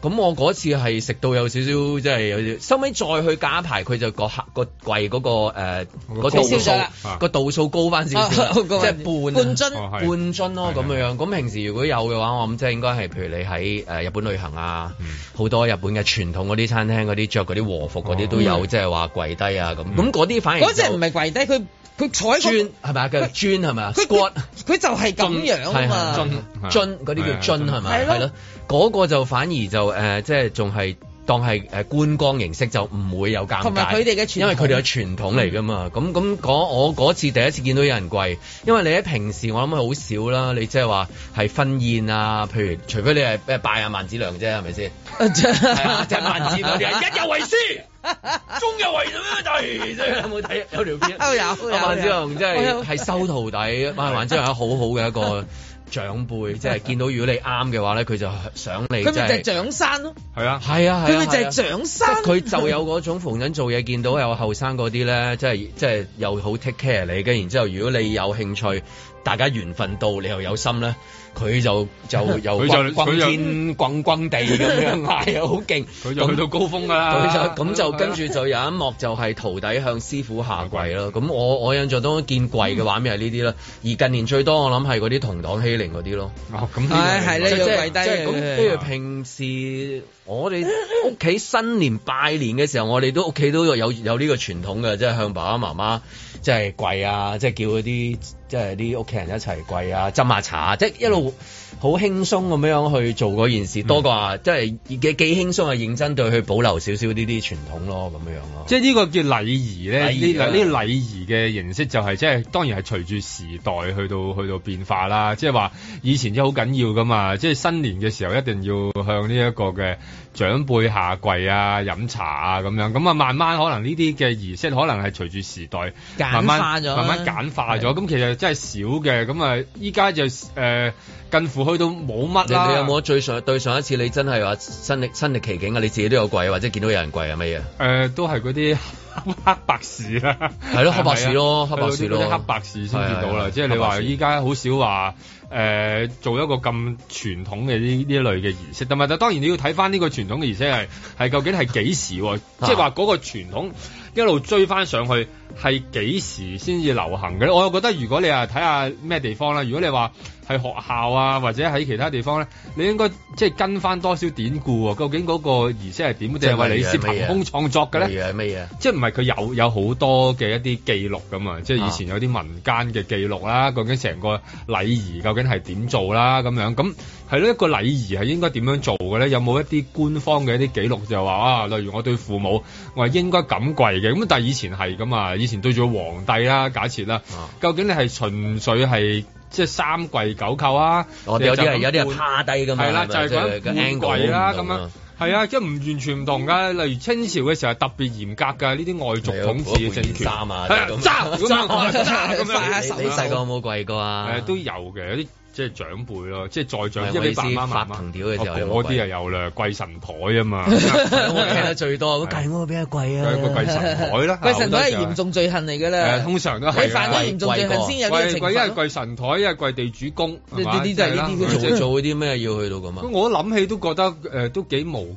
S2: 咁我嗰次係食到有少少，即係有少收尾再去加排，佢就個客個櫃嗰個誒個度
S4: 取消咗啦
S2: 數個度數哦高翻少少，
S4: 啊
S2: 即
S4: 好高
S2: 係
S4: 啊
S2: 半
S4: 半樽
S7: 哦係
S2: 半樽咯咁樣樣。咁平時如果有嘅話，我諗即係應該係譬如你喺誒日本旅行啊，好多日本嘅傳統嗰啲餐廳嗰啲着嗰啲和服嗰啲都有，即係話跪低啊咁。咁嗰啲反而
S4: 嗰隻唔係跪低，佢佢坐喺個
S2: 磚係咪啊？叫磚係咪啊
S4: 佢
S2: ？squat
S4: 佢佢就係咁樣啊嘛。
S2: 係
S7: 係
S2: 樽嗰啲叫樽係咪？
S4: 係咯
S2: 係咯，嗰個就反而就誒，即係仲係。當係誒觀光形式就唔會有尷尬，
S4: 同埋佢哋嘅傳統嗯
S2: 因為佢哋嘅傳統嚟㗎嘛。咁咁嗰我嗰次第一次見到有人跪，因為你喺平時我諗係好少啦。你即係話係婚宴啊，譬如除非你係誒拜下萬子良啫，係咪先？係啊，即係萬子良啲人一有為師，終有為
S5: 哎
S2: 弟，即係有冇睇有條片？
S4: 有有有
S2: 阿啊萬子良真
S4: 我
S2: 係
S4: 有
S2: 係收徒弟，萬萬子良係好好嘅一個長輩，即係見到如果你啱嘅話咧，佢就想你
S4: 佢
S2: 真
S4: 咪就係
S2: 係。
S4: 長山咯，
S7: 係啊，
S2: 係啊，係啊
S4: 佢咪就
S2: 係啊
S4: 係長
S2: 即
S4: 山
S2: 係。佢就有嗰種逢緊做嘢，見到有後生嗰啲咧，即係即係又好 take care 你嘅。然之後，如果你有興趣，大家緣分到，你又有心咧，佢就就又
S7: 佢就
S2: 轟
S7: 佢就
S2: 天轟轟地咁
S7: [laughs]
S2: 樣嗌，好勁。
S7: 佢就去到高峰㗎啦。啊
S2: 佢就咁就跟住就有一幕就係徒弟向師傅下跪啦。咁我我印象當中見跪嘅畫面係呢啲啦。而近年最多我諗係嗰啲同黨欺凌嗰啲咯。
S7: 哦咁呢個
S4: 唉係咧
S2: 即
S4: 要
S2: 係
S4: 跪低
S2: 即係咁，
S4: 嘅
S2: 跟住平時我哋屋企新年拜年嘅時候，我哋都屋企都有有呢個傳統嘅，即係向爸爸媽媽即
S4: 嗯
S2: 係跪啊，即係叫嗰啲即係啲屋企人一齊跪啊，斟下茶，即係一路好輕鬆咁樣去做嗰件事，多過話即係幾幾輕鬆啊，認真對去保留少少呢啲傳統咯，咁樣樣咯。
S7: 即係呢個叫禮儀咧，
S2: 啊禮儀
S7: 呢
S2: 啊
S7: 呢個禮儀嘅形式就係即係當然係隨住時代去到去到變化啦。即係話以前真係好緊要噶嘛，即係新年嘅時候一定要向呢一個嘅長輩下跪啊、飲茶啊咁樣。咁啊，慢慢可能呢啲嘅儀式可能係隨住時代
S4: 簡
S7: 慢慢
S4: 化咗
S7: 慢慢簡化咗。咁其實真係少嘅。咁啊，依家就誒、呃近乎去到冇乜
S2: 你
S7: 啦。
S2: 你有冇最上對上一次你真係話身歷身歷其境啊？你自己都有跪啊，或者見到有人跪係乜嘢？
S7: 誒、呃都係嗰啲 [laughs] 黑白事啦，
S2: 係咯黑白事咯
S7: 係啊
S2: 黑白事咯
S7: 去到啲黑白事先見到
S2: 係
S7: 啦。
S2: 係
S7: 即係你
S2: 黑白
S7: 話
S2: 事
S7: 依家好少話誒、做一個咁傳統嘅呢呢一類嘅儀式，但係但當然你要睇翻呢個傳統嘅儀式係係究竟係幾時喎？
S2: 啊
S7: 即係話嗰個傳統一路追翻上去係幾時先至流行嘅咧？我又覺得如果你啊睇下咩地方啦，如果你話係學校啊或者喺其他地方咧，你應該即係跟翻多少典故喎？究竟嗰個儀式係點？定係話你是
S2: 啊
S7: 憑空創作嘅咧？
S2: 乜嘢係啊乜嘢？
S7: 即係唔係佢有有好多嘅一啲記錄咁啊？即係以前有啲民間嘅記錄啦，究竟成個禮儀究竟係點做啦咁樣？咁係咯，一個禮儀係應該點樣做嘅咧？有冇一啲官方嘅一啲記錄就話啊，例如我對父母我係應該咁跪嘅，咁但係以前係噶嘛，以前對住個皇帝啦，假設啦，
S2: 啊
S7: 究竟你係純粹係即係三跪九叩啊？
S2: 我哋有啲係
S7: 你
S2: 哦
S7: 就咁
S2: 有啲
S7: 半
S2: 係趴低㗎嘛，
S7: 係啦，
S2: 咪
S7: 就係
S2: 即個
S7: 咁半
S2: angle
S7: 跪啦，
S2: 都唔
S7: 咁
S2: 同
S7: 樣。係啊，即係唔完全唔同㗎。例如清朝嘅時候係特別嚴格㗎，呢啲外族統治嘅政權。
S2: 衫啊，
S7: 係啊揸咁樣
S2: 揸
S7: 揸啊咁樣
S2: 啊
S7: 啊
S2: 你你細個有冇跪過啊？
S7: 誒都有嘅，有啲即係長輩咯，即係再
S2: 唔係
S7: 長，即
S2: 我
S7: 係
S2: 意
S7: 你
S2: 思
S7: 爸爸媽
S2: 發
S7: 媽
S2: 藤條嘅時候有冇
S7: 哦嗰啲啊有啦，跪神台啊
S2: [laughs]
S7: 嘛，
S2: 我聽得最多，
S7: 係
S2: 跪我俾佢跪啊！
S7: 有個跪神台啦，
S4: [laughs] 鬼神都係
S7: 好多時候
S4: 嚴重罪行嚟㗎
S7: 誒
S4: 啦，
S7: 通常都係㗎
S4: 你犯咗嚴重罪行先有呢個
S7: 跪
S4: 懲
S7: 跪一係
S4: 罰咯。
S7: 跪神台，一係跪地主公，係嘛
S4: 呢啲都係呢啲
S7: 即
S2: 做
S7: 係
S2: 做做啲咩要去到咁啊？
S7: 我諗起都覺得誒、呃都幾無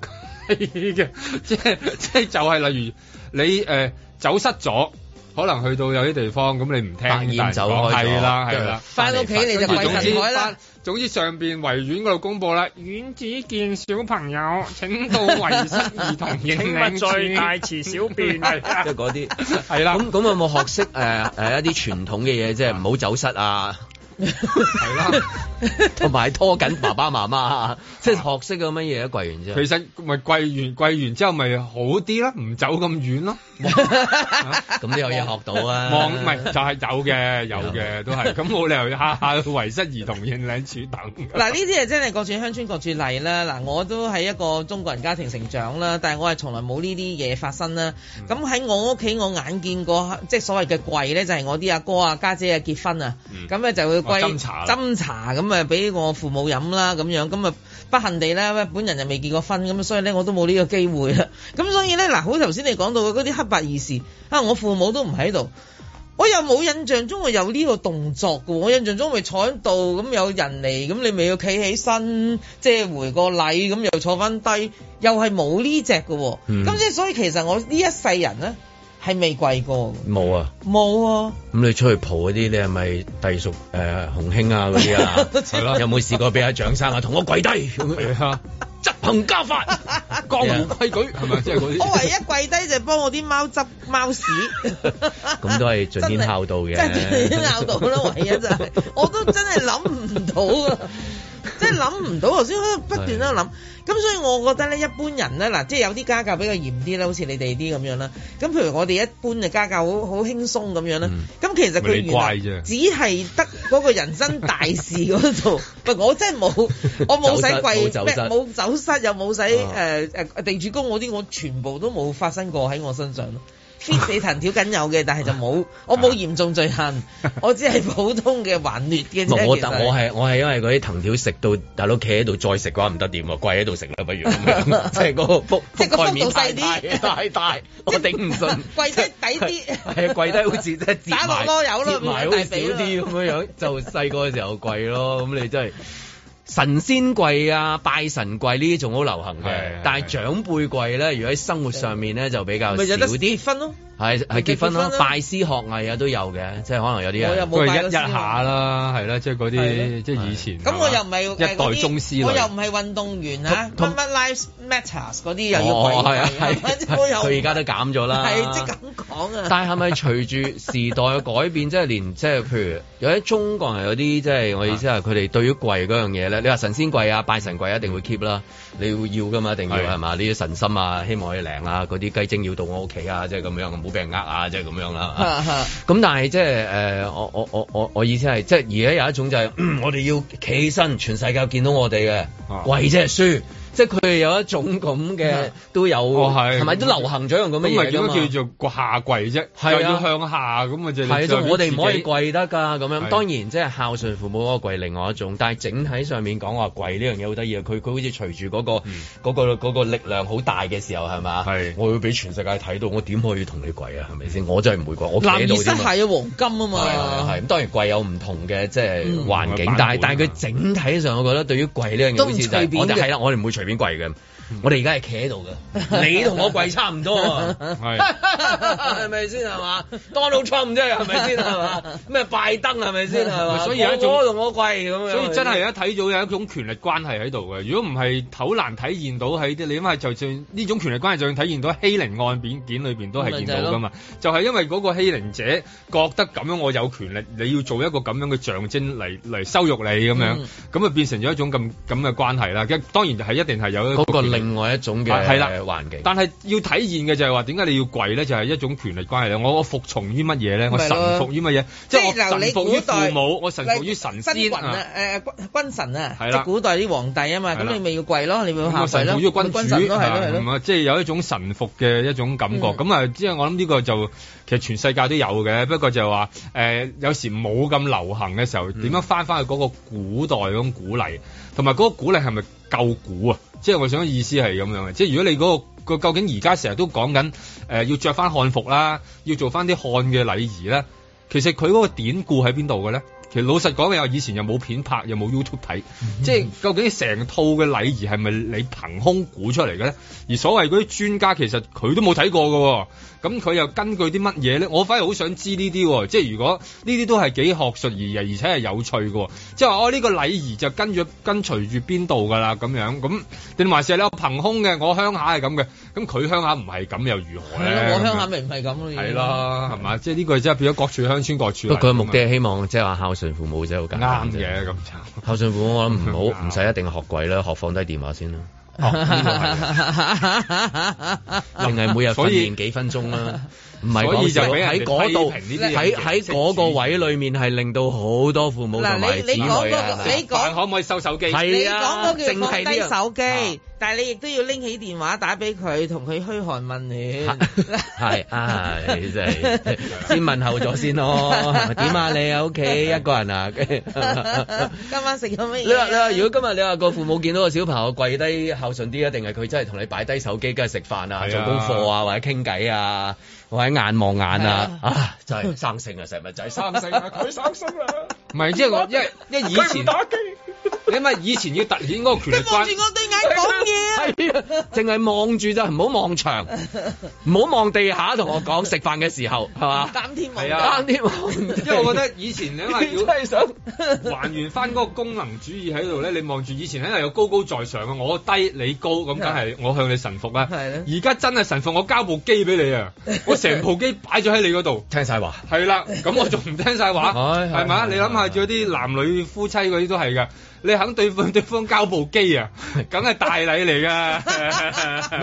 S7: 稽嘅，即係即係就係例如你誒、呃走失咗，可能去到有啲地方咁你唔聽
S2: 百
S7: 大
S2: 厭
S7: 人
S2: 走
S7: 講
S2: 開咗，
S7: 係啦係啦。
S4: 翻屋企你就
S7: 跟
S4: 鬼
S7: 住總
S4: 神
S7: 之
S4: 海啦
S7: 翻，總之上邊維園嗰度公佈啦，院子見小朋友請到維室兒童認領最大池小便係啊
S2: 即係嗰啲
S7: 係啦
S2: 咁咁有冇學識誒誒一啲傳統嘅嘢，即係唔好走失啊？
S7: 係啦。
S2: 同埋拖緊爸爸媽媽啊，即係學識咗乜嘢啊？跪完之後
S7: 其，實咪跪完跪完之後咪好啲啦，唔走咁遠咯。
S2: 咁都有嘢學到啊！
S7: 望唔係就係有嘅，有嘅都係。咁冇理由下下去遺失兒童認領處等。
S4: [laughs] 嗱呢啲係真係各處鄉村各處例啦。嗱，我都喺一個中國人家庭成長啦，但係我係從來冇呢啲嘢發生啦。
S7: 嗯
S4: 咁喺我屋企，我眼見過即係所謂嘅跪咧，就係我啲阿哥啊、家姐啊結婚啊，咁咧就會跪
S7: 哦斟茶
S4: 斟茶咁啊，俾我父母飲啦咁樣，咁啊不幸地咧，本人就未結過婚，咁所以咧我都冇呢個機會啦。咁所以咧嗱，好頭先你講到嘅嗰啲黑白儀事啊，我父母都唔喺度。我又冇印象中我有呢個動作嘅喎，我印象中咪坐喺度，咁有人嚟，咁你咪要企起身，即係回個禮，咁又坐翻低，又係冇呢只嘅喎。
S2: 嗯
S4: 咁即係所以其實我呢一世人咧係未跪過嘅，
S2: 冇啊！
S4: 冇啊，
S2: 咁你出去蒲嗰啲，你係咪隸屬誒洪興啊嗰啲
S7: [laughs]
S2: 啊？係咯，有冇試過俾阿蔣生啊同我跪低咁樣
S7: 係啊，
S2: 執行家法，
S7: [laughs] 江湖規矩係咪即係嗰
S2: [laughs]
S4: 我唯
S7: 啲？
S4: 一跪低就係幫我啲貓執貓屎，
S2: 咁都係盡天孝道嘅
S4: 真係盡天孝
S2: [laughs]
S4: 道啦，唯一就係我都真係諗唔到啊！即係諗唔到，頭先喺度不斷喺度諗，咁所以我覺得咧，一般人咧嗱，即係有啲家教比較嚴啲啦，好似你哋啲咁樣啦。咁譬如我哋一般嘅家教好好輕鬆咁樣啦，
S2: 嗯
S4: 咁、其實佢
S7: 咪你
S4: 原來
S7: 乖啫
S4: 只係得嗰個人生大事嗰度， [laughs] 唔我真係冇，我冇使跪
S2: 走
S4: 咩
S2: 失，冇
S4: 冇走失又冇使
S2: 啊
S4: 誒誒地主公嗰啲，我全部都冇發生過喺我身
S2: [laughs]
S4: 上咯。fit 你藤條梗有嘅，但係就冇，我冇嚴重罪行，
S2: [laughs]
S4: 我只係普通嘅頑劣嘅啫。
S2: 我
S4: 其實
S2: 我係我係因為嗰啲藤條食到大佬企喺度再食嘅話唔得掂喎，跪喺度食啦不如咁
S4: [laughs]
S2: 樣，即係嗰個覆
S4: 即係
S2: 覆
S4: 個
S2: 蓋面
S4: 幅度
S2: 太
S4: 細
S2: 大 [laughs]
S4: 啲
S2: 太大，我頂唔
S4: [laughs]
S2: 順，
S4: 跪低抵啲
S2: [laughs] 係啊跪低好似即係折
S4: 打落
S2: 埋
S4: 籮柚咯
S2: 折埋
S4: 咁樣
S2: 好
S4: 大
S2: 少
S4: 髀咯
S2: 啲咁樣樣，就細個嘅時候跪咯，咁你真係。神仙跪啊、拜神跪呢啲仲好流行
S7: 係係
S2: 嘅，但係長輩跪咧，如果喺生活上面咧就比較少
S4: 咪有得
S2: 啲。
S4: 結婚咯，
S2: 係係結婚啦，拜師學藝啊都有嘅，即係可能有啲
S4: 我又
S2: 人
S4: 冇
S7: 都係
S4: 拜
S7: 一
S4: 過
S7: 一
S4: 師嘛
S7: 下啦，係啦，即係嗰
S4: 係
S7: 啲即係以前
S4: 咁我又唔係
S2: 啊
S4: 呃
S7: 一代宗師
S4: 我又
S7: 嚟
S4: 唔。係運動員啊，
S7: 同
S4: 乜乜 lives matters 嗰啲又要跪
S2: 哦，係啊，
S4: 拜
S2: 係
S4: 我又
S2: 佢而家都減咗啦。
S4: [laughs] 係即係咁講啊。
S2: 但係咪隨住時代嘅改變，即係連即係譬如有啲中國人有啲即係我意思係佢哋對於櫃嗰樣嘢咧，你話神仙櫃啊、拜神櫃一定會 keep 啦，你會要噶嘛，一定要
S7: 係
S2: 係嘛？呢啲神心啊，希望可以靈啊，嗰啲雞精要到我屋企啊，即係咁樣，唔好俾人呃啊，即係咁樣啦。
S4: [laughs] 啊
S2: 咁但係即係誒，我我我我我意思係即係而家有一種就係、 [clears throat] 嗯我哋要企起身，全世界見到我哋嘅
S7: 啊
S2: 為即係輸，即係佢哋有一種咁嘅都有，
S7: 哦係
S2: 咪都流行咗一樣咁
S7: 咁
S2: 嘅
S7: 咪
S2: 嘢
S7: 點
S2: 㗎
S7: 樣
S2: 嘛
S7: 叫做個下跪啫？
S2: 係啊
S7: 又要向下咁啊！就
S2: 係，即係我哋唔可以
S7: 跪。
S2: 跪得㗎咁樣。
S7: 係
S2: 當然即係孝順父母嗰個跪另外一種，但係整體上面講話跪呢樣嘢好得意啊！佢佢好似隨住嗰個嗰個嗰個力量好大嘅時候係嘛？
S7: 嗯係
S2: 我會俾全世界睇到，我點可以同你跪啊？係咪先？我真係唔會跪，我企
S4: 男
S2: 喺
S4: 兒
S2: 度
S4: 膝
S2: 添啊
S4: 下有黃金啊
S2: 係係
S4: 嘛，
S2: 係咁當然跪有唔同嘅即係環境
S7: 嗯，
S2: 但
S7: 版本啊
S2: 係但係佢整體上，我覺得對於跪呢樣嘢
S4: 都
S2: 好
S4: 唔
S2: 似就
S4: 隨
S2: 係
S4: 便
S2: 我哋
S4: 嘅
S2: 係啦，啊我哋唔會隨便跪嘅。我哋而家係企喺度 [laughs] 嘅，你同我跪差唔多啊，
S7: 係
S2: 係咪先係嘛？Donald Trump 啫，係咪先係 [laughs] 嘛？咩拜登係咪先係嘛？
S7: 所以有一種
S2: 我同我跪咁樣，
S4: 啊
S7: 所以真係一睇到有一種權力關係喺度嘅。如果唔係好難體現到喺啲，你諗下就算呢種權力關係，就算體現到欺凌案件件裏邊都係見到噶嘛。就係因為嗰個欺凌者覺得咁樣我有權力，你要做一個咁樣嘅象徵嚟嚟羞辱你咁樣
S4: 嗯，
S7: 咁啊變成咗一種咁咁嘅關係啦。咁當然係一定係有一
S2: 嗰個
S7: 權力
S2: 另外一種嘅
S7: 啊係啦
S2: 環境。
S7: 但係要體現嘅就係話點解你要跪咧？就係、一種權力關係咧。我我服從於乜嘢咧？我
S4: 咪
S7: 臣
S4: 咯
S7: 服於乜嘢？即係我
S4: 嗱
S7: 臣服於父母，我臣服於
S4: 例
S7: 神
S4: 君
S7: 仙
S4: 君
S7: 啊
S4: 啊！，誒君君臣啊，即
S7: 係啦
S4: 係古代啲皇帝啊嘛，
S7: 係啦
S4: 咁你咪要跪咯，你咪要
S7: 咁啊
S4: 下
S7: 我
S4: 跪
S7: 臣
S4: 咯，
S7: 服於君
S4: 君
S7: 主
S4: 臣咯，係咯係
S7: 啊
S4: 咯
S7: 咁。啊，即係有一種臣服嘅一種感覺。
S4: 嗯
S7: 咁啊，即係我諗呢個就其實全世界都有嘅，不過就係話誒有時冇咁流行嘅時候，
S4: 嗯
S7: 點樣翻翻去嗰個古代嗰種鼓勵，同埋嗰個鼓勵係咪夠古啊？即係我想意思係咁樣嘅，即係如果你嗰、個。個究竟而家成日都講緊誒要着翻漢服啦，要做翻啲漢嘅禮儀啦。其實佢嗰個典故喺邊度嘅咧？其實老實講，又以前又冇片拍，又冇 YouTube 睇，
S4: 嗯
S7: 即係究竟成套嘅禮儀係咪你憑空估出嚟嘅咧？而所謂嗰啲專家其實佢都冇睇過嘅喎，咁佢又根據啲乜嘢咧？我反而好想知呢啲喎，即係如果呢啲都係幾學術而而且係有趣嘅喎，即係話哦呢個禮儀就跟住跟隨住邊度㗎啦咁樣，咁定還是係你有憑空嘅？我鄉下係咁嘅，咁佢鄉下唔係咁又如何
S4: 係
S7: 咧？
S4: 咯，我鄉下咪唔係咁咯，已經
S7: 係。啦，係嘛？即係呢個真係變咗各處鄉村各處。
S2: 嗯不過佢目的係希望即係話孝順父母啫，好簡單
S7: 啱
S2: 啫。
S7: 嘅咁就。
S2: 孝順父母我諗唔好唔使一定學跪啦，學放低電話先啦。 [laughs]
S4: [laughs]
S2: 淨係每日訓
S7: 所以
S2: 練幾分鐘啦，
S7: [laughs]
S2: 唔係
S7: 所
S2: 講
S7: 以就
S2: 笑
S7: 俾人哋
S2: 喺嗰度
S7: 批評呢啲
S2: 喺
S7: 嘢
S2: 喺嗰個位裏面係令到好多父母同
S4: 嗱
S2: 埋
S4: 你
S2: 子
S4: 你
S2: 女
S4: 講
S2: 啊
S4: 嗰個，你
S7: 但係
S4: 講
S7: 可唔可以收手機？
S2: 係
S4: 你
S2: 啊
S4: 講嗰
S2: 淨
S4: 叫
S2: 係
S4: 放低
S2: 呢樣
S4: 手機，
S2: 啊
S4: 但係你亦都要拎起電話打俾佢，同佢噓寒問
S7: [laughs]
S4: [laughs] 暖。
S2: 係啊，你
S4: [laughs]
S2: 真係先問候咗
S7: [laughs]
S2: 先咯。點啊？你喺屋企一個人啊？ [laughs] 跟住
S4: [laughs] 今晚食咗乜嘢？
S2: 你話你話，如果今日你話個父母見到個小朋友跪低孝順啲，一啊定係佢真係同你擺低手機，跟住食飯啊、
S7: 係啊
S2: 做功課啊，或者傾偈啊，或者眼望眼啊，啊，真係生性啊，成日仔生性啊，佢生性啊，
S7: 唔係即係我，因為因為以前打機，你咪以
S2: [laughs]
S7: 前要突顯嗰個權力
S4: 佢望
S7: 關
S4: 住。我對眼講嘢啊！
S2: 係啊，淨係望住咋，唔好
S7: [laughs]
S2: 望牆，唔好望地下，同我講食飯嘅時候係嘛，
S4: 擔天望
S7: 係
S4: 地
S7: 啊
S2: 啱啲望地，
S7: 因為我覺得以前你咪
S2: 真係想。
S7: 要還原翻嗰個功能主義喺度咧，你望住以前咧有高高在上嘅，我低你高，咁梗係我向你臣服啦。
S4: 係啊
S7: 而家真係臣服，我交部機俾你啊，我成部機擺咗喺你嗰度。
S2: [laughs] 聽晒話，
S7: 係啦，咁我仲唔聽晒
S2: [laughs]
S7: 話，
S2: 係係
S7: 係嘛？
S2: 係
S7: 你諗下，仲有啲男女夫妻嗰啲都係噶，你肯對 [laughs] 方對方交部機
S2: [laughs]
S7: 啊，梗係大禮嚟
S2: 唔係真
S7: 噶。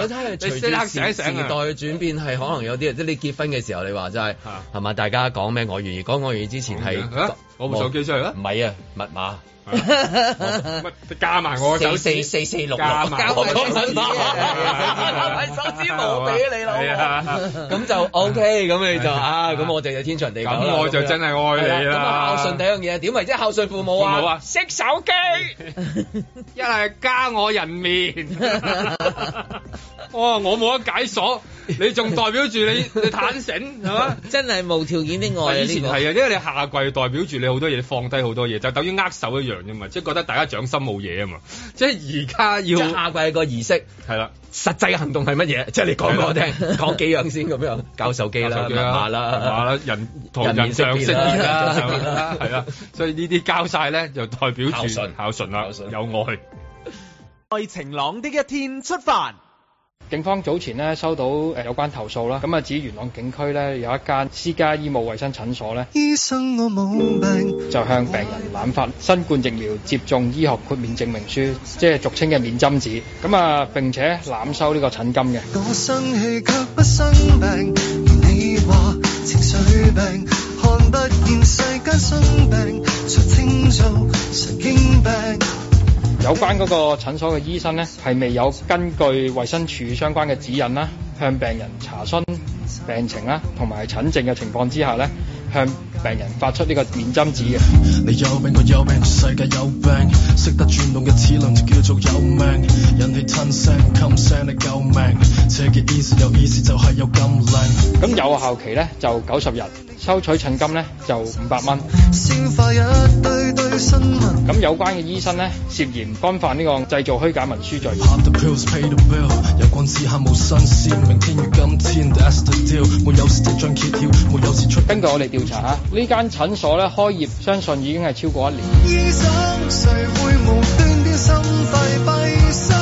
S2: 係
S7: [laughs] 你
S2: 隨
S7: 識
S2: 住
S7: 得
S2: 時
S7: 醒
S2: 時
S7: 醒
S2: 代
S7: 啊！
S2: 嘅轉變係可能有啲，即係你結婚嘅時候，你話真係
S7: 啊
S2: 係嘛？大家講咩我願意，講我願意之前嗯係
S7: 啊我部手機出嚟啦
S2: 唔係啊，密碼。
S7: 哦乜加埋我手
S2: 四
S7: 指
S2: 四四四六六，
S7: 加埋
S2: 我講
S7: 手
S2: 緊
S7: 指
S2: 密碼
S7: 啊
S2: 係手指冇俾你
S7: 係
S2: 啦
S7: 啊，
S2: 咁就 OK，咁 [laughs] 你就啊，咁我就有天長地久啦
S7: 咁我就
S2: 樣
S7: 真係愛你啦
S2: 係咁啊孝順第一樣嘢，點為即係孝順父母
S7: 父母
S2: 啊
S7: 啊？
S2: 識手 [laughs]
S7: 一係加我人面。哇！我冇得解鎖，你仲代表住你你坦誠係嘛？
S4: 真係無條件
S2: 哦
S4: 的愛啊！
S7: 以前
S4: 呢個
S7: 係啊，因為你下季代表住你好多嘢，你放低好多嘢，就等於握手一樣啫嘛，即係覺得大家掌心冇嘢啊嘛，即係而家
S2: 即
S7: 要
S2: 係下季個儀式。
S7: 係啦，
S2: 實際行動係乜嘢？即係你講俾我聽， [laughs] 講幾樣先咁樣，教手機啊啦，密碼
S7: 係
S2: 啦，
S7: 啊啦，人同
S2: 人
S7: 人
S2: 面識別啦
S7: 上識別啦，
S2: [laughs] 人面識
S7: 係
S2: 別啦
S7: 啦係啦，所以呢啲交晒咧就代表住
S2: 孝順
S7: 孝順啦
S2: 孝順，
S7: 有愛。
S5: 在晴朗的一天出發。
S11: 警方早前咧收到誒有關投訴啦，咁啊指元朗警區咧有一間私家醫務衛生診所咧，
S12: 醫生我冇病，
S11: 就向病人濫發新冠疫苗接種醫學豁免證明書，即係俗稱嘅免針紙，咁啊並且濫收呢個診金嘅。
S12: 我生氣卻不生病。你話情緒病，看不見世間生病，才稱做神經病。
S11: 有關嗰個診所嘅醫生呢，係未有根據衛生署相關嘅指引啦，向病人查詢病情啦，同埋診症嘅情況之下呢，向病人發出呢個免針紙嘅。
S12: 你有病，我有病，全世界有病，識得轉動嘅齒輪就叫做有命，引起親聲冚聲你救命，這嘅意思有意思就係有咁靚，
S11: 咁有效期呢，就九十日，收取診金呢，就五百蚊。
S12: 消化一堆堆新聞。
S11: 咁有關嘅醫生呢，涉嫌干犯呢個製造虛假文書罪。
S12: Pop the pills, pay the bill。有關之下冇新鮮，明天與今天，that's the deal。沒有事即將揭曉，沒有事出。
S11: 根據我哋調查啊，呢間診所呢，開業相信已經係超過一年。
S12: 醫生，誰會無端端心肺閉塞？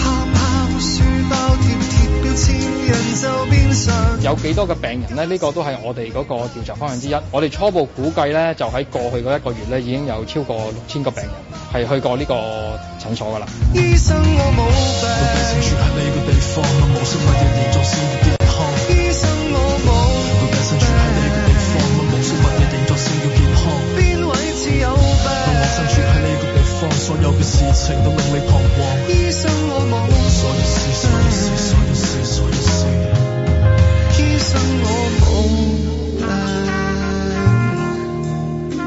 S12: 泡泡書包貼貼標籤，人就變相。
S11: 有幾多嘅病人呢？呢、個都係我哋嗰個調查方向之一。我哋初步估計呢，就喺過去嗰一個月呢，已經有超過六千個病人係去過呢個診所㗎啦。
S12: 醫生，我冇病。個病情住喺你個地方，冇識乜嘢連做先叫健康。醫生，我冇病。個病情住喺你個地方，冇識乜嘢連做先叫健康。邊位似有病？個病情住喺你個地方，所有嘅事情都令你彷徨。醫生，我冇。所有事，所有事，所有事，所有事。醫生，我冇病。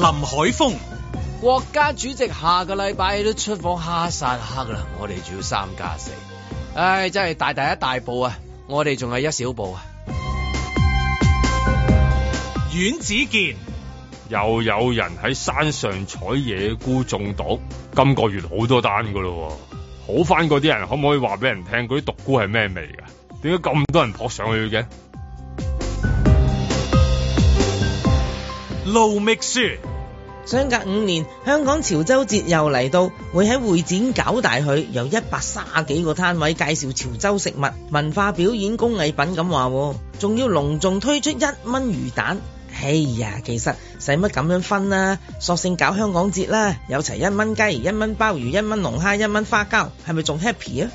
S1: 林海峰、
S2: 國家主席下個禮拜都出訪哈薩克啦，我哋仲要三加四，唉，真係大大一大步啊！我哋仲係一小步啊！
S1: 阮子健、
S3: 又有人喺山上採野菇中毒，今個月好多單噶咯喎，好翻嗰啲人可唔可以話俾人聽嗰啲毒菇係咩味㗎？點解咁多人撲上去嘅？
S1: 盧覓雪。
S4: 相隔五年，香港潮州節又嚟到，會喺會展搞大佢，由一百三十幾個攤位介紹潮州食物、文化表演、工藝品咁話喎，仲要隆重推出一蚊魚蛋。哎呀，其實使乜咁樣分啊？索性搞香港節啦，有齊一蚊雞、一蚊鮑魚、一蚊龍蝦、一蚊花膠，係咪仲 happy 啊？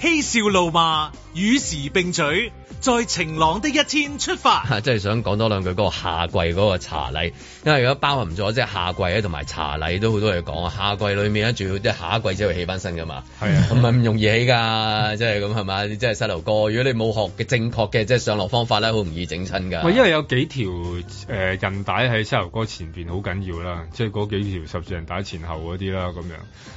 S1: 嬉笑怒罵，與時並舉，在晴朗的一天出發。
S2: 啊， [laughs] 真係想講多兩句嗰個夏季嗰個茶禮，因為如果包含咗即係夏季咧同埋茶禮都好多嘢講啊。夏季裏面咧，仲要即係下一季先會起翻身噶嘛，
S3: 係啊
S2: 唔係唔容易起㗎，即係咁係嘛？即係細路哥，如果你冇學嘅正確嘅即係上落方法咧，好容易整親
S7: 喂，
S2: 㗎。
S7: 因為有幾條誒、呃韌帶喺膝頭哥前邊好緊要啦，即係嗰幾條十字韌帶前後嗰啲啦，咁樣。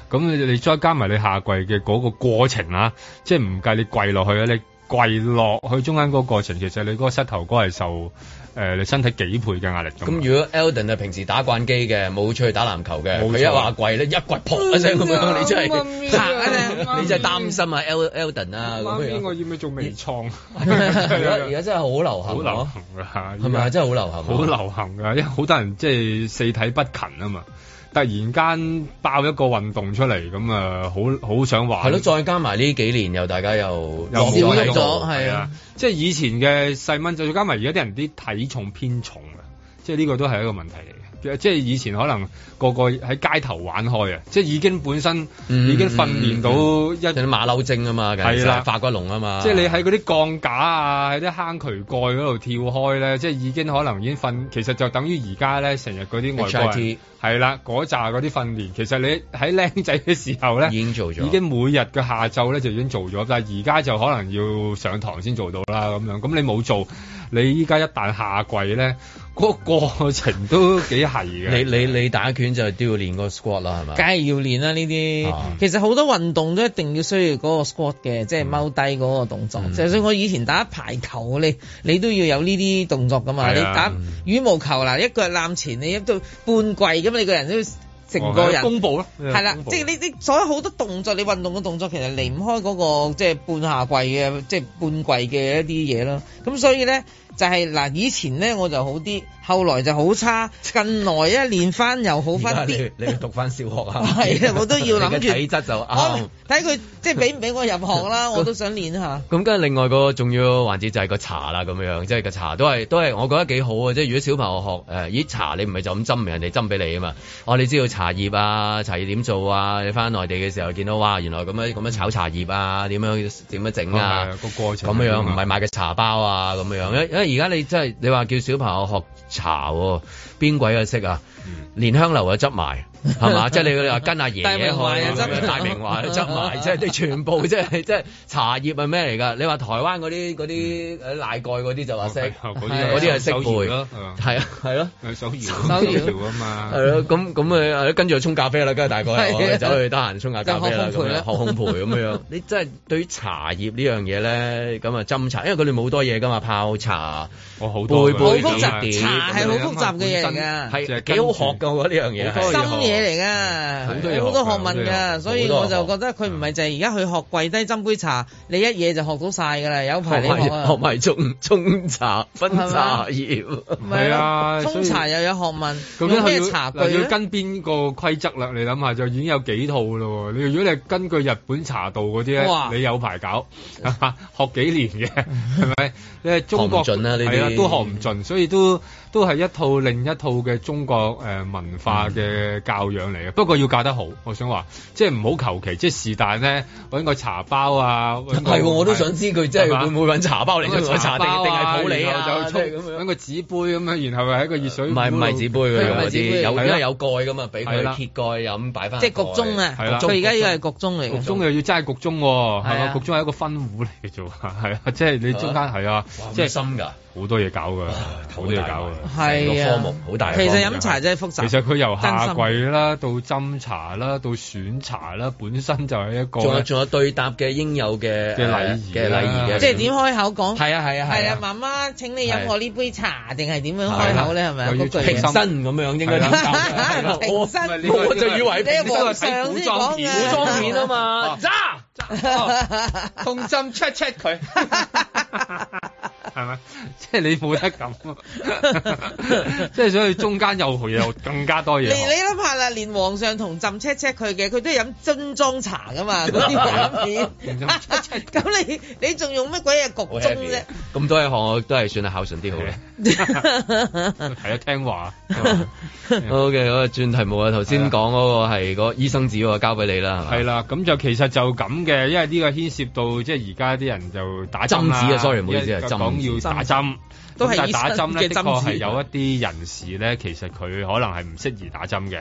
S7: 咁你你再加埋你下跪嘅嗰個過程啊，即係唔計你跪落去啊，你跪落去中間嗰個過程，其實你嗰個膝頭哥係受誒、呃你身體幾倍嘅壓力啊㗎嘛
S2: 咁如果 Eldon 係平時打慣機嘅，冇出去打籃球嘅，
S7: 冇錯
S2: 佢一話貴咧，一棍噗一聲咁樣，你真係
S7: 嗯
S2: 嚇一聲你真係擔心啊 El Eldon 啊
S7: 啱
S2: 咁
S7: 啱
S2: 樣。
S7: 我要唔要做微創？
S2: 而家而家真係好流
S7: 啊 [laughs] 好
S2: 行
S7: 流
S2: 咯，
S7: 行㗎，
S2: 係咪啊？真係好流行啊，
S7: 好流行㗎，因為好多人即係四體不勤啊嘛。突然間爆一個運動出嚟，咁啊，好好想玩。
S2: 係咯，再加埋呢幾年又大家又
S7: 又冇
S2: 落咗喺
S7: 運
S2: 度
S7: 動
S2: 係啊，，
S7: 即係以前嘅細蚊仔，再加埋而家啲人啲體重偏重啊，即係呢個都係一個問題嚟嘅。即係以前可能個個喺街頭玩開啊，即係已經本身
S2: 嗯
S7: 已經訓練到一，
S2: 有啲馬騮精啊嘛，係
S7: 係啦
S2: 啦，化骨龍啊嘛，
S7: 即係你喺嗰啲鋼架啊，喺啲坑渠蓋嗰度跳開咧，即係已經可能已經訓，其實就等於而家咧成日嗰啲外國人
S2: HIT
S7: 係啦，嗰扎嗰啲訓練，其實你喺僆仔嘅時候咧，已
S2: 經做咗
S7: 已經每日嘅下晝咧就已經做咗，但係而家就可能要上堂先做到啦咁樣。咁你冇做，你依家一旦下跪咧，嗰、個過程都幾係嘅。
S2: 你你你打拳就都要練個 squat 啦，係咪？
S4: 梗係要練啦呢啲。其實好多運動都一定要需要嗰個 squat 嘅，即係踎低嗰個動作。就算我以前打排球，你你都要有呢啲動作噶嘛。你
S7: 係啊
S4: 打羽毛球嗱，一腳攬前，你一到半跪咁，你個人都要成個人。
S7: 公佈啦，
S4: 係啦
S7: 公，佈
S4: 即係你你所有好多動作，你運動嘅動作其實離唔開嗰、個即係半下跪嘅，即係半跪嘅一啲嘢咯。咁所以咧就係、嗱，以前咧我就好啲，後來就好差，近來一練翻又好翻啲。
S2: 你你讀翻小學啊？
S4: [laughs] 係啊我都要諗住
S2: 你嘅體質就啊啱
S4: 我。睇佢即
S2: [laughs]
S4: 係俾唔俾我入行啦，我都想練下。
S2: 啊咁跟住另外個重要環節就係個茶啦，咁樣即係個茶都係都係，我覺得幾好啊！即係如果小朋友學誒、呃咦茶你唔係就咁斟，人哋斟俾你啊嘛。哦，你知道茶葉啊，茶葉點做啊？你翻內地嘅時候見到哇，原來咁樣咁樣炒茶葉啊，點樣點樣整啊？
S7: 哦係啊個過程
S4: 嗯
S2: 咁樣
S7: 係點
S2: 唔
S7: 啊
S2: 係買嘅茶包啊咁樣。因因為而家你真係你話叫小朋友學茶喎、邊鬼嘅識啊？
S4: 嗯
S2: 蓮香樓啊執埋係嘛？即係你你話跟阿
S4: [laughs]
S2: 爺
S4: 大
S2: 爺
S4: 明華
S2: 去
S4: 又執埋
S2: 大明華又執埋，即係你全部即係 [laughs] 即係茶葉係咩嚟㗎？你話台灣嗰啲嗰啲誒奶蓋嗰啲就話識，
S7: 嗰
S2: 嗰
S7: 啲啊
S2: 啲嗯哦係識
S7: 手搖
S2: 背
S7: 啦，
S2: 係啊係咯。
S7: 佢手搖
S2: 手搖
S7: 啊
S4: [laughs]
S7: 嘛，
S2: 係咯，咁咁誒，係咯跟住就沖咖啡啦，跟住大
S7: 係
S2: 概
S7: 啊
S2: 我哋走去得閒沖下咖啡啦，咁
S7: 就學烘焙
S2: 樣
S7: 啦
S2: 學烘焙啊咁樣。你真係對於茶葉呢樣嘢咧，咁啊斟茶，因為佢哋冇好多嘢噶嘛，泡茶，
S7: 我好
S2: 杯
S7: 多
S2: 杯
S7: 㗎
S2: 碟
S4: 好複雜
S2: 碟
S4: 茶係好複雜嘅嘢嚟㗎
S2: 本身
S4: 就
S2: 啊係
S4: 係
S2: 幾好學㗎，我覺得呢樣嘢係啊
S4: 深嘢嚟噶，
S2: 好多嘢學㗎
S4: 好多學問
S2: 好多嘢學
S4: 㗎，所以我就覺得佢唔係就係而家去學跪低斟杯茶，你一嘢就學到晒㗎啦，有排你
S2: 學埋
S4: 學啊
S2: 嗯學。埋沖沖茶、分
S4: 係嘛
S2: 茶葉，
S7: 係啊，
S4: 沖
S7: 所以
S4: 茶又有學問，
S7: 咁
S4: 用
S7: 樣佢
S4: 咩
S7: 要
S4: 茶具
S7: 嗱
S4: 咧
S7: 要？跟邊個規則啦？你諗下就已經有幾套咯喎。你如果你係根據日本茶道嗰啲咧
S4: 哇，
S7: 你有排搞， [laughs] 學幾年嘅
S2: [laughs]
S7: 係咪？你係中國
S2: 學唔盡啦呢啲
S7: 係啊，都學唔盡，所以都都係一套另一套嘅中國誒、呃文化嘅教養嚟嘅。不過要教得好，我想話即係唔好求其，即係是但咧揾個茶包啊， [laughs] 揾個
S2: 係喎我都想知佢即係
S7: 係嘛
S2: 會唔會揾茶包嚟
S7: 揾個
S2: 沖茶定
S7: 啊包
S2: 定係普洱啊
S7: 然後就
S2: 即係咁
S7: 沖揾個紙杯咁樣，然後係一個熱水
S2: 唔係唔係紙杯嘅，
S7: 唔
S2: 用
S7: 係
S2: 嗰
S7: 紙杯
S2: 啲有
S7: 係啦啊
S2: 因為有蓋噶嘛，俾
S7: 係
S2: 佢
S7: 啦
S2: 揭蓋啊咁擺翻。
S4: 即係焗盅啊！
S7: 係啦
S4: 佢而家要係焗盅嚟
S7: 局
S4: 嘅。
S7: 中又要齋局中喎，係
S4: 係
S7: 嘛？
S4: 啊
S7: 局中係一個分戶嚟嘅啫喎， [laughs] 係啊，即係你中間係啊
S2: 哇，
S7: 即係
S2: 咁深㗎，
S7: 好多嘢搞㗎，好多嘢搞㗎，
S4: 係啊，其實飲茶真係複
S7: 其
S4: 雜。
S7: 實佢由下
S4: 真
S7: 跪
S4: 心
S7: 啦，到斟茶啦，到選茶啦，本身就係一個
S2: 仲有仲有對答嘅應有嘅
S7: 嘅禮儀
S2: 嘅禮儀嘅，
S4: 即係點開口講？
S2: 係啊係啊係
S4: 係
S2: 啊
S4: 啊！媽媽，請你飲
S2: 係
S4: 我呢杯茶，定係點樣開口咧？係咪啊？
S2: 又要
S4: 嗰句
S2: 平
S4: 嘢
S2: 身咁樣應該點搞係啦
S4: 平
S2: 我
S4: 身
S2: 唔係呢個我就以為
S4: 你係
S2: 平身
S4: 皇上先講嘅
S2: 古裝片啊嘛，揸
S4: 哦
S11: 痛針 check check 佢，
S7: [laughs] 係咪？即係你冇得咁，
S2: [laughs]
S7: 即係所以中間又又更加多
S4: 你
S7: 嘢
S4: 你
S7: 學。
S4: 諗下啦，連皇上同朕 check check 佢嘅，佢都係飲樽裝茶噶 [laughs] 嘛，嗰啲畫面。 [laughs] 咁你你仲用乜鬼嘢焗
S2: 好
S4: 盅
S2: happy
S4: 啫
S2: 啊？咁多嘢學我都係算係孝順啲好嘅。
S4: [laughs]
S7: 係啊，聽話。
S2: [laughs] O K，我轉題目啊，頭先講嗰個係個醫生紙喎，交俾你啦，係
S7: 係
S2: 嘛？
S7: 啦，咁就其實就咁嘅，因為呢個牽涉到即係而家啲人就打
S2: 針
S7: 啦
S2: 紙啊，sorry，唔好意思啊
S7: 因為
S2: 針
S7: 講要打針。
S4: 都係
S7: 咁但係打
S4: 醫
S7: 針
S4: 生
S7: 咧，
S4: 嘅
S7: 的
S4: 針
S7: 確係
S4: 紙
S7: 有一啲人士咧，其實佢可能係唔適宜打針嘅，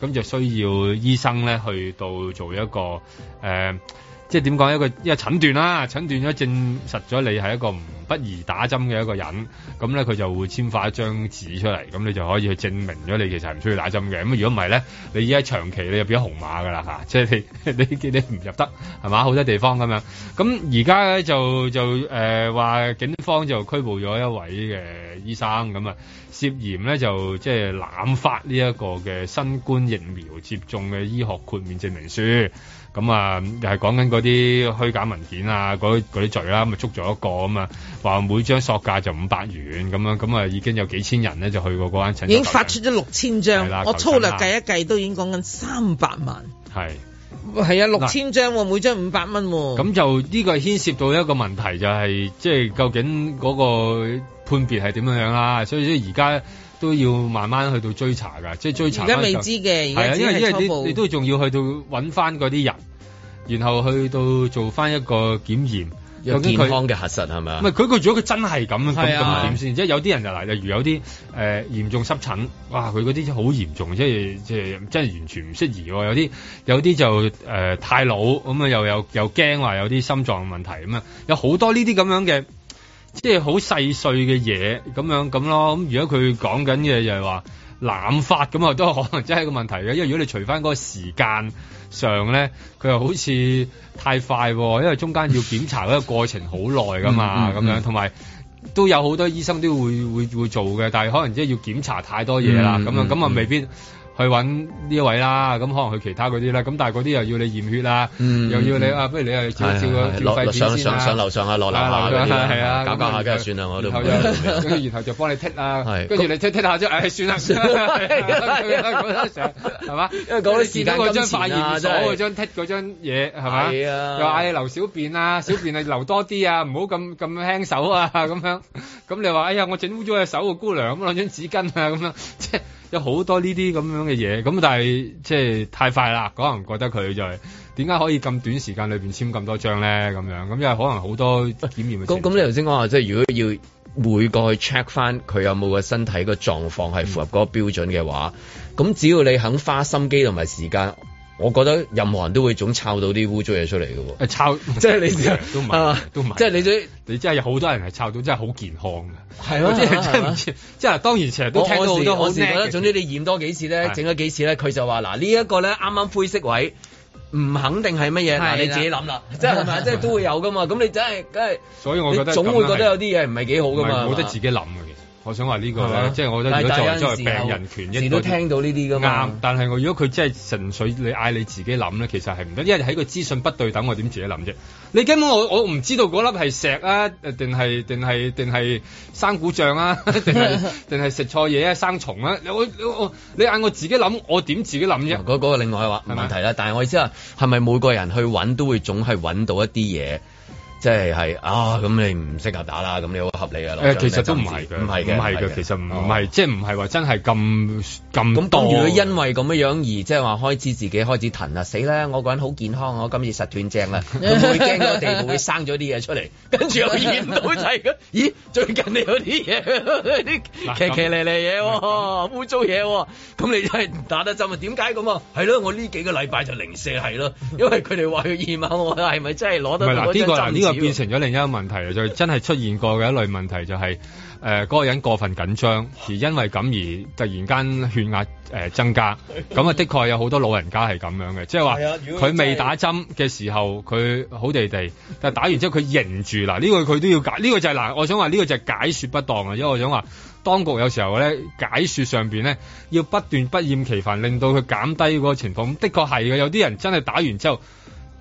S7: 咁就需要醫生咧去到做一個誒、呃即係點講一個一個診斷啦，診斷咗證實咗你係一個唔不宜打針嘅一個人，咁咧佢就會簽發一張紙出嚟，咁你就可以去證明咗你其實係唔需要打針嘅。咁如果唔係咧，你依家長期你就變咗紅碼㗎啦嚇，即係你 [laughs] 你你唔入得係嘛？好多地方咁樣。咁而家咧就就誒話、警方就拘捕咗一位嘅醫生咁啊，涉嫌咧就即係濫發呢一個嘅新冠疫苗接種嘅醫學豁免證明書。咁啊，又係講緊嗰啲虛假文件啊，嗰嗰啲罪啦，咁啊捉咗一個咁啊，話每張索價就五百元咁樣，咁啊已經有幾千人咧就去過嗰間診所
S4: 已經發出咗六千張
S7: 係啦，
S4: 我粗略
S7: 求診啦
S4: 計一計都已經講緊三百萬。
S7: 係。
S4: 係啊，六
S7: 嗱
S4: 千張喎，每張五百蚊喎。
S7: 咁就呢個牽涉到一個問題，就係即係究竟嗰個判別係點樣樣啦，所以而家都要慢慢去到追查㗎，即係追查
S4: 而
S7: 返就。
S4: 家未知嘅，
S7: 係
S4: 而
S7: 啊，
S4: 家只
S7: 因為因
S4: 係
S7: 為
S4: 初
S7: 你
S4: 步
S7: 你。都仲要去到揾翻嗰啲人，然後去到做翻一個檢驗，
S2: 有
S7: 究竟
S2: 健
S7: 佢
S2: 康嘅核實係咪啊
S7: 唔係佢佢如果佢真係咁咁
S2: 係啊
S7: 咁點先？即係有啲人就嗱，例如有啲誒、呃、嚴重濕疹，哇！佢嗰啲好嚴重，即係即係真係完全唔適宜喎。有啲有啲就誒、呃太老咁啊，又又又驚話有啲心臟問題咁啊，有好多呢啲咁樣嘅。即係好細碎嘅嘢咁樣咁咯，咁如果佢講緊嘅就係話濫發咁啊，都可能真係一個問題嘅，因為如果你除翻嗰個時間上咧，佢又好似太快喎，因為中間要檢查嗰個過程好耐噶嘛，
S2: 嗯嗯
S7: 咁
S2: 嗯
S7: 樣同埋。都有好多醫生都會會會做嘅，但係可能即係要檢查太多嘢啦，
S2: 嗯
S7: 咁樣
S2: 嗯
S7: 咁啊
S2: 嗯
S7: 未必去揾呢位啦，咁可能去其他嗰啲啦，咁但係嗰啲又要你驗血啦，
S2: 嗯
S7: 又要你
S2: 嗯
S7: 啊，不如你又照
S2: 係
S7: 照個
S2: 係
S7: 照肺片
S2: 落
S7: 先
S2: 上上
S7: 啦
S2: 上樓上啊落樓下
S7: 啊樓上
S2: 嗰啲啦
S7: 係啊，
S2: 搞搞下
S7: 咁
S2: 梗係
S7: 然後
S2: 算啦我都唔
S7: 然後就
S2: 會
S7: 跟住然後就幫你剔啊
S2: 係，
S7: 跟住你剔剔下啫，唉，算
S2: [laughs]
S7: 啦，
S2: 係
S7: 嗰張
S2: 啊
S7: 係嘛？
S2: 因為講啲
S7: 你見到
S2: 時間
S7: 嗰張
S2: 金錢
S7: 化
S2: 啊
S7: 驗所
S2: 真係
S7: 嗰張剔嗰張嘢係嘛？
S2: 係啊
S7: 又嗌你留小便啊，小便啊留多啲啊，唔好咁咁輕手啊咁樣。咁你話哎呀，我整污咗隻手啊，姑娘咁攞張紙巾啊咁樣， [laughs] 即係有好多呢啲咁樣嘅嘢。咁但係即係太快啦，可能覺得佢就係點解可以咁短時間裏邊簽咁多張咧？咁樣咁因為可能好多檢驗嘅
S2: 咁咁你頭先講話，即係如果要每個去 check 翻佢有冇個身體個狀況係符合嗰個標準嘅話，咁只要你肯花心機同埋時間。我覺得任何人都會總抄到啲污糟嘢出嚟嘅喎，
S7: 抄
S2: 即係你
S7: [laughs] 都唔係
S2: 啊
S7: 都唔係
S2: 即係你最
S7: 你真係有好多人係抄到真係好健康嘅，
S2: 係咯
S7: 我真係真
S2: 係
S7: 係
S2: 嘛
S7: 唔知，即係當然成日都聽到好多好
S2: 我時覺
S7: nag
S2: 得，
S7: 嘅
S2: 總之你驗多幾次咧，
S7: 係
S2: 整咗幾次咧，佢就話嗱呢一個咧啱啱灰色位。唔肯定係乜嘢，
S7: 係
S2: 嗱
S7: 啦
S2: 你自己諗啦， [laughs] 即係係咪？即係都會有噶嘛，咁你真係梗係，
S7: 所以我覺得
S2: 你總
S7: 咁
S2: 會
S7: 樣
S2: 覺得
S7: 係
S2: 有啲嘢唔係幾好噶嘛，
S7: 唔係冇得
S2: 係嘛
S7: 自己諗嘅，其實我想話呢個
S2: 係嘛
S7: 咧，即係我覺得
S2: 但係
S7: 如果作
S2: 但
S7: 為
S2: 係
S7: 作
S2: 有
S7: 為
S2: 陣
S7: 病
S2: 時
S7: 人權益
S2: 時都聽到呢啲㗎嘛
S7: 啱，但係我如果佢真係純粹你嗌你自己諗咧，其實係唔得，因為喺個資訊不對等，我點自己諗啫？你根本我我唔知道嗰粒係石啊，定係定係定係生古醬啊， [laughs] 定
S2: [laughs]
S7: 係定係食錯嘢啊，生蟲啊！我我你嗌我自己諗，我點自己諗啫？
S2: 嗰嗰個另外話問題啦，但係我意思係係咪每個人去揾都會總係揾到一啲嘢，即係係啊咁你唔適合打啦，咁你好合理啊㗎啦。
S7: 誒，其實都唔嗯係嘅，
S2: 唔係嘅，哦
S7: 唔係嘅，其哦實唔唔係，即係唔係話真係咁咁
S2: 咁如
S7: 多
S2: 果。因為咁樣樣而即係話開始自己開始騰啦，死啦！我個人好健康，我今次實斷正 [laughs] 啦，佢會驚個地步會生咗啲嘢出嚟， [laughs] 跟住又驗到就係 [laughs] 咁，咦？最近你有啲嘢，
S7: 嗱
S2: 啲騎騎嚟嚟嘢喎，污糟嘢喎，咁你真係唔打得針啊？點解咁啊？係咯，我呢幾個禮拜就零舍係 [laughs] 咯，因為佢哋話要驗下我係咪真係攞
S7: 唔
S2: 得
S7: 係
S2: 到
S7: 嗱，
S2: 嗰
S7: 呢個
S2: 張
S7: 嗱
S2: 針
S7: 呢個
S2: 紙
S7: 變
S2: 喎
S7: 成咗另一個問題啦，就係真係出現過嘅一類問題就係誒呃嗰個人過分緊
S2: [laughs]
S7: 張，而因為咁而突然間血壓誒、呃增
S2: [laughs]
S7: 加，咁啊的確有好多老人家係咁樣嘅，即係話
S2: 係啊如果
S7: 佢未打針嘅時候佢好地地，但係打完之後佢認住嗱，呢、個佢都要解，呢、個就係、嗱，我想話呢個就係解説不當啊，因為我想話。當局有時候咧解説上邊咧，要不斷不厭其煩，令到佢減低嗰個情況。的確係嘅，有啲人真係打完之後，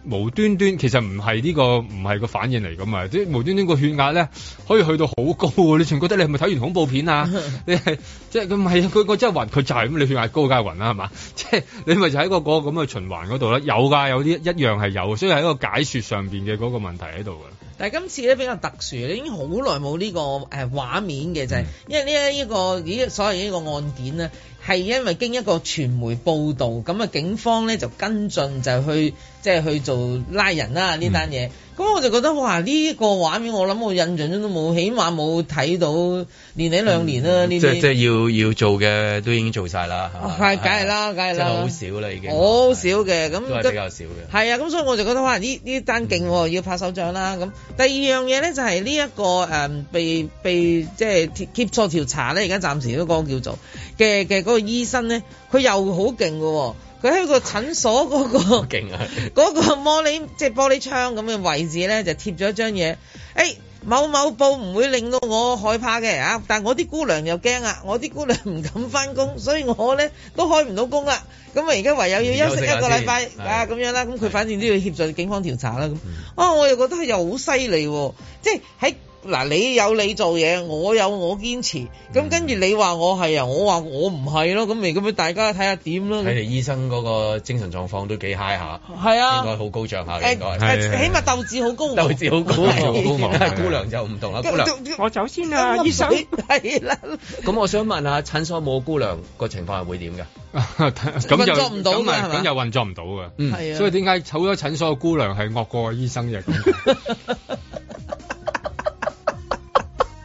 S7: 無端端其實唔係呢個唔係個反應嚟㗎嘛，即係無端端個血壓咧可以去到好高喎，你仲覺得你係咪睇完恐怖片啊？你係即係佢唔係啊佢個真係暈，佢就係咁，你血壓高梗係暈啦係嘛？即係你咪就喺個嗰個咁嘅循環嗰度啦，有㗎有啲一樣係有，所以喺個解説上邊嘅嗰個問題喺度㗎。
S4: 但係今次咧比較特殊，你已經好耐冇呢個誒、呃、畫面嘅
S2: 嗯
S4: 就係、因為呢一個呢所謂呢個案件咧，係因為經一個傳媒報導，咁啊警方咧就跟進就去即係去做拉人啦
S2: 嗯
S4: 呢單嘢。咁、我就覺得哇！呢、個畫面我諗我印象中都冇，起碼冇睇到年幾兩年啦呢
S2: 嗯即係即
S4: 啲。哦
S2: 係要要做嘅都已經做晒啦，哦係嘛
S4: 係，梗係啦，梗係
S2: 即係好
S4: 啦，
S2: 少啦已經，
S4: 好少嘅
S2: 都
S4: 咁
S2: 係比較少嘅。
S4: 係啊，咁所以我就覺得可能呢呢單勁喎，要拍手掌啦。咁第二樣嘢咧就係呢一個誒、嗯被被即係貼 keep 錯調查咧，而家暫時都嗰個叫做嘅嘅嗰個醫生咧，佢又好勁嘅喎。佢喺個診所嗰、個
S2: 勁啊！
S4: [laughs] 嗰個玻璃即係玻璃窗咁嘅位置咧，就貼咗張嘢。誒、某某報唔會令到我害怕嘅啊，但我啲姑娘又驚啊，我啲姑娘唔敢翻工，所以我咧都開唔到工啦。咁啊，而家唯有要休息一個禮拜
S2: 休息下先
S4: 啊，咁樣啦。咁佢反正都要協助警方調查啦。咁
S2: 嗯
S4: 啊，我又覺得佢又好犀利喎，即係喺。嗱，你有你做嘢，我有我堅持，
S2: 嗯
S4: 咁跟住你話我係啊，我話我唔係咯，咁咪咁樣大家睇下點咯。
S2: 睇嚟醫生嗰個精神狀況都幾 high 下，
S4: 係啊
S2: 應該好高漲下嘅，
S4: 誒
S2: 應該
S4: 誒，起碼鬥志好高喎，
S2: 鬥志好高，[laughs]
S4: 係
S2: 但係姑娘就唔同啦，姑娘。
S4: 我走先
S12: 啦啊醫生
S4: 係啦，
S2: 咁我想問下，診所冇姑娘個情況係會點㗎？
S7: 咁就
S2: 運作唔到㗎
S7: 咁咪
S2: 係嘛
S7: 咁又運作唔到嘅。
S4: 啊
S2: 嗯
S4: [laughs]
S7: 所以點解好多診所嘅姑娘係惡過醫生嘅咁？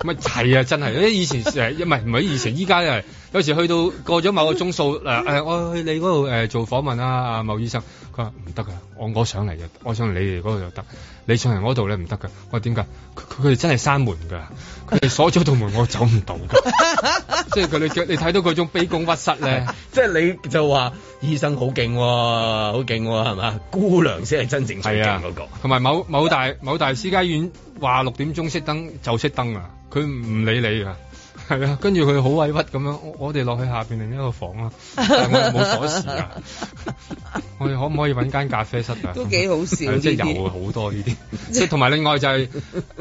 S7: 咪係啊，真係，因為以前 [laughs] 誒，唔係唔係以前，依家係有時去到過咗某個鐘數誒誒，我去你嗰度誒做訪問啦，阿某醫生，佢話唔得㗎，我我上嚟就，我上嚟你哋嗰度就得，你上嚟我度咧唔得㗎，我話點解？佢佢哋真係閂門㗎，佢哋鎖咗道門，我走唔到㗎，即係佢哋你睇到嗰種卑躬屈膝咧。
S2: 即係你就話醫生好勁喎，啊好勁喎，係嘛？姑娘先係真正最
S7: 係
S2: 勁
S7: 啊
S2: 嗰個。，
S7: 同埋某某大某大私家醫院話六點鐘熄燈就熄燈啊，佢唔理你啊。係啊，跟住佢好委屈咁樣，我我哋落去下邊另一個房啊，但係我哋冇鎖匙
S4: [laughs]
S7: 啊，我哋可唔可以揾間咖啡室啊？
S4: 都幾好笑
S7: 係即係
S4: 呢啲
S7: 有好多呢啲，即係同埋另外就
S4: [laughs]
S7: 係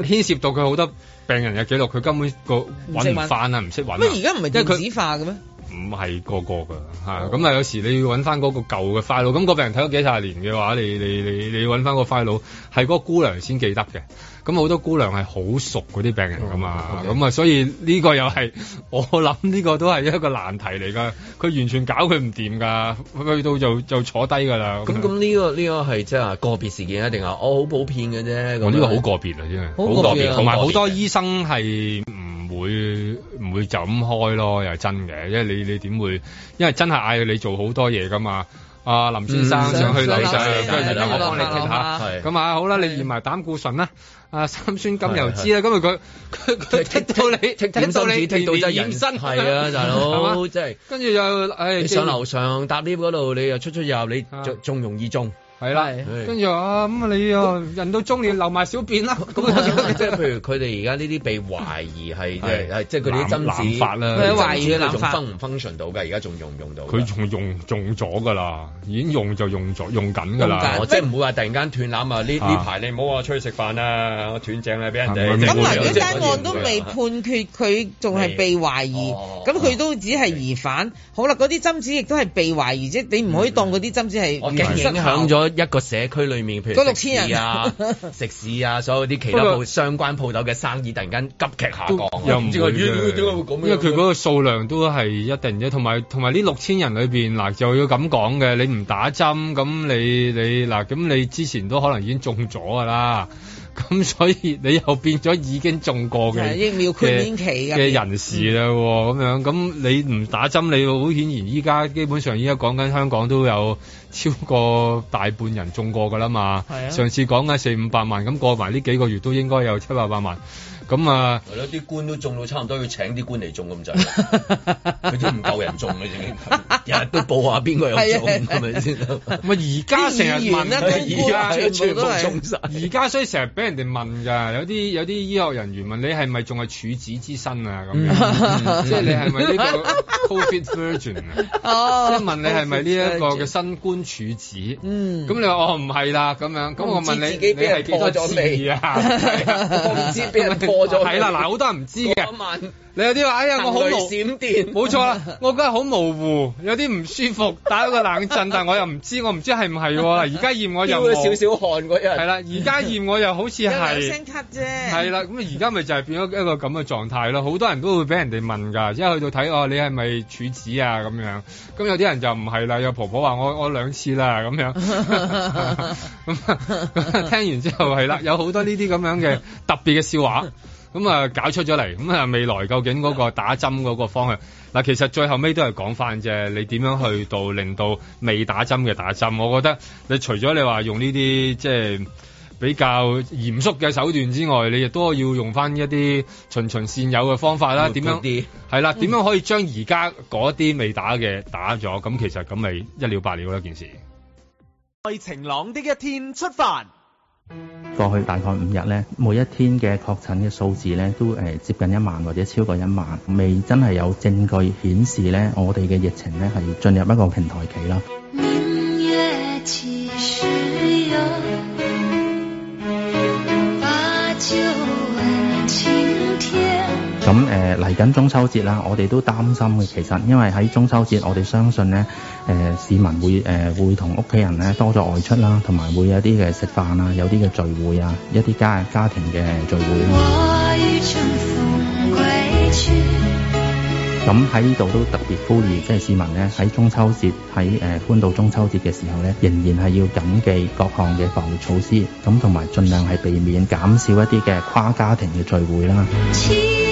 S7: 牽涉到佢好多病人嘅記錄，佢根本個
S4: 識
S7: 揾
S4: 揾
S7: 唔翻啊，唔識揾啊。
S4: 乜而家唔係
S7: 因為佢
S4: 電子化嘅咩？
S7: 唔係個個㗎嚇，咁啊有時你要揾翻嗰個舊嘅 file，咁嗰病人睇咗幾廿年嘅話，你你你你揾翻個 file 係嗰個姑娘先記得嘅。咁好多姑娘係好熟嗰啲病人㗎
S2: 哦
S7: 嘛，咁啊、所以呢個又係我諗呢個都係一個難題嚟㗎，佢完全搞佢唔掂㗎，去到就就坐低㗎啦。
S2: 咁咁呢個呢個係即係個別事件一定係我好普遍嘅啫。咁
S7: 我呢個好
S2: 樣
S7: 個別啊，真係
S2: 好個別啊
S7: 同埋
S2: 好個別
S7: 好多醫生係唔會唔會就咁開咯，又係真嘅，因為你你點會？因為真係嗌你做好多嘢噶嘛。啊，林先生
S2: 嗯
S7: 想去
S2: 想
S7: 樓
S2: 想
S7: 上，跟住
S2: 想
S7: 然後我幫你傾下
S2: 係，
S7: 咁啊好啦，你驗埋膽固醇啦，啊三酸甘油脂啦，咁啊佢佢佢剔到你，
S2: 點
S7: 剔
S2: 心
S7: 到你，
S2: 紙剔到真係
S7: 連
S2: 人
S7: 驗身
S2: 係啊，大
S7: [laughs] 係
S2: 佬
S7: 嘛
S2: 即 [laughs] 係。
S7: 跟住又誒，
S2: 你啊上樓上搭 lift 嗰度，你又出出入入，你就仲容易中。
S7: 係啦，跟住啊咁啊你啊人到中年留埋小便啦，
S2: [laughs]
S7: 咁啊 [laughs]
S2: 即係譬如佢哋而家呢啲被懷疑係即係係即係佢哋啲針
S7: 濫濫
S2: 子
S7: 發啦
S2: 佢哋啲
S7: 懷疑
S2: 針子
S7: 濫
S2: 仲
S7: 發
S2: function 唔 function 到㗎？而家仲用唔用到㗎？
S7: 佢仲用用咗㗎啦，已經用就用咗用緊㗎啦
S2: 哦。即係唔會話突然間斷攬啊！呢
S7: 啊
S2: 呢排你唔好話出去食飯啊，我斷正啦，俾人哋。
S4: 咁嗱，
S2: 即
S4: 如
S2: 係
S4: 果單案都
S2: 嗰啲唔會
S4: 未
S2: 啊哦
S4: 判決，佢仲係被懷疑，咁佢都只係疑犯。好啦，嗰啲針紙亦都係被懷疑啫，你唔可以當嗰啲針紙係
S2: 嗯我
S4: 原
S2: 驚
S4: 失
S2: 影響咗
S4: 效。
S2: 一個社區裏面，譬如
S4: 嗰六
S2: 食
S4: 千人
S2: 肆啊、 [laughs] 食肆啊，所有啲其他
S7: 不過
S2: 鋪相關鋪頭嘅生意突然間急劇下降啊，
S7: 又唔
S2: 知
S7: 會
S2: 佢
S7: 嘅
S2: 咦點解會咁
S7: 因
S2: 樣
S7: 為佢嗰個數量都係一定啫，同埋同埋呢六千人裏邊嗱，就要咁講嘅，你唔打針咁你你嗱咁你之前都可能已經中咗㗎啦， [laughs] 咁所以你又變咗已經中過嘅
S4: 係疫苗豁免期入邊
S7: 嘅人士啦喎，咁樣咁你唔打針，你好顯然依家基本上依家講緊香港都有超過大半人中過㗎啦嘛，
S2: 係啊
S7: 上次講緊四五百萬，咁過埋呢幾個月都應該有七八百萬，咁啊。
S2: 係咯，啲官都中到差唔多要請啲官嚟中咁滯，佢都唔夠人中嘅已經，日日都報下邊個有中
S7: 係啊
S2: 係咪先？
S7: 咪而家成日問啊
S2: 啲議員啦
S7: 而家
S2: 全部都係全部中晒
S7: 而家所以成日俾人哋問㗎，有啲有啲醫學人員問你係咪仲係處子之身啊咁樣，
S12: 嗯
S7: 即係
S2: [laughs]
S7: 你係咪呢個 Covid Virgin 啊？
S4: 哦
S7: 即係問你係咪呢一個嘅新官處子？
S4: 嗯
S7: 咁你話哦我唔係啦，咁樣，咁
S2: 我
S7: 我
S2: 唔知
S7: 問你
S2: 自己
S7: 你
S2: 俾人
S7: 係幾多
S2: 破咗
S7: 字
S2: 未
S7: 啊？
S2: [laughs] 我唔知俾人破咗
S7: [laughs]
S2: 未
S7: 係啦，嗱，好多人唔知嘅
S2: 嗰晚。
S7: 你有啲話：哎呀，我好
S2: 行雷
S7: 模
S2: 閃電
S7: 冇錯
S2: [laughs]
S7: 啦，我覺得好模糊，有啲唔舒服，打咗個冷震，但我又唔知，我唔知係唔係喎。而家驗
S2: [laughs]
S7: 我又
S2: 飆咗
S7: 冇
S2: 少少汗嗰日
S7: 係啦，而家驗我又好似
S4: 有兩
S7: 係
S4: 聲。咳啫，
S7: 係
S4: [laughs]
S7: 啦，咁而家咪就係變咗一個咁嘅狀態咯。好多人都會俾人哋問㗎，即係去到睇哦，你係咪處子啊咁樣？咁有啲人就唔係啦，有婆婆話我我兩次啦咁樣。咁啊聽完之後係啦，有好多呢啲咁樣嘅特別嘅笑話，咁啊搞出咗嚟。咁啊未來究竟嗰個打針嗰個方向？嗱，其實最後尾都係講翻啫，你點樣去到令到未打針嘅打針？我覺得你除咗你話用呢啲即係。比較嚴肅嘅手段之外，你亦都要用翻一啲循循善誘嘅方法啦。點樣
S2: 啲
S7: 係啦？點樣可以將而家嗰啲未打嘅打咗？咁其實咁咪一了百了啦件事。
S5: 在晴朗的一天出發。
S13: 過去大概五日咧，每一天嘅確診嘅數字咧都誒、呃接近一萬或者超過一萬，未真係有證據顯示咧我哋嘅疫情咧係進入一個平台期啦。
S12: 明月几时有？把酒问青天。
S13: 咁誒嚟緊中秋節啦，我哋都擔心嘅其實，因為喺中秋節我哋相信咧誒、呃市民會誒、呃、會同屋企人咧多咗外出啦，同埋會有啲嘅食飯啊，有啲嘅聚會啊，一啲家家庭嘅聚會啦。
S12: 我欲乘风归去。
S13: 咁喺呢度都特別呼籲，即係市民咧喺中秋節喺誒歡度中秋節嘅時候咧，仍然係要謹記各項嘅防疫措施，咁同埋盡量係避免減少一啲嘅跨家庭嘅聚會啦。
S12: 七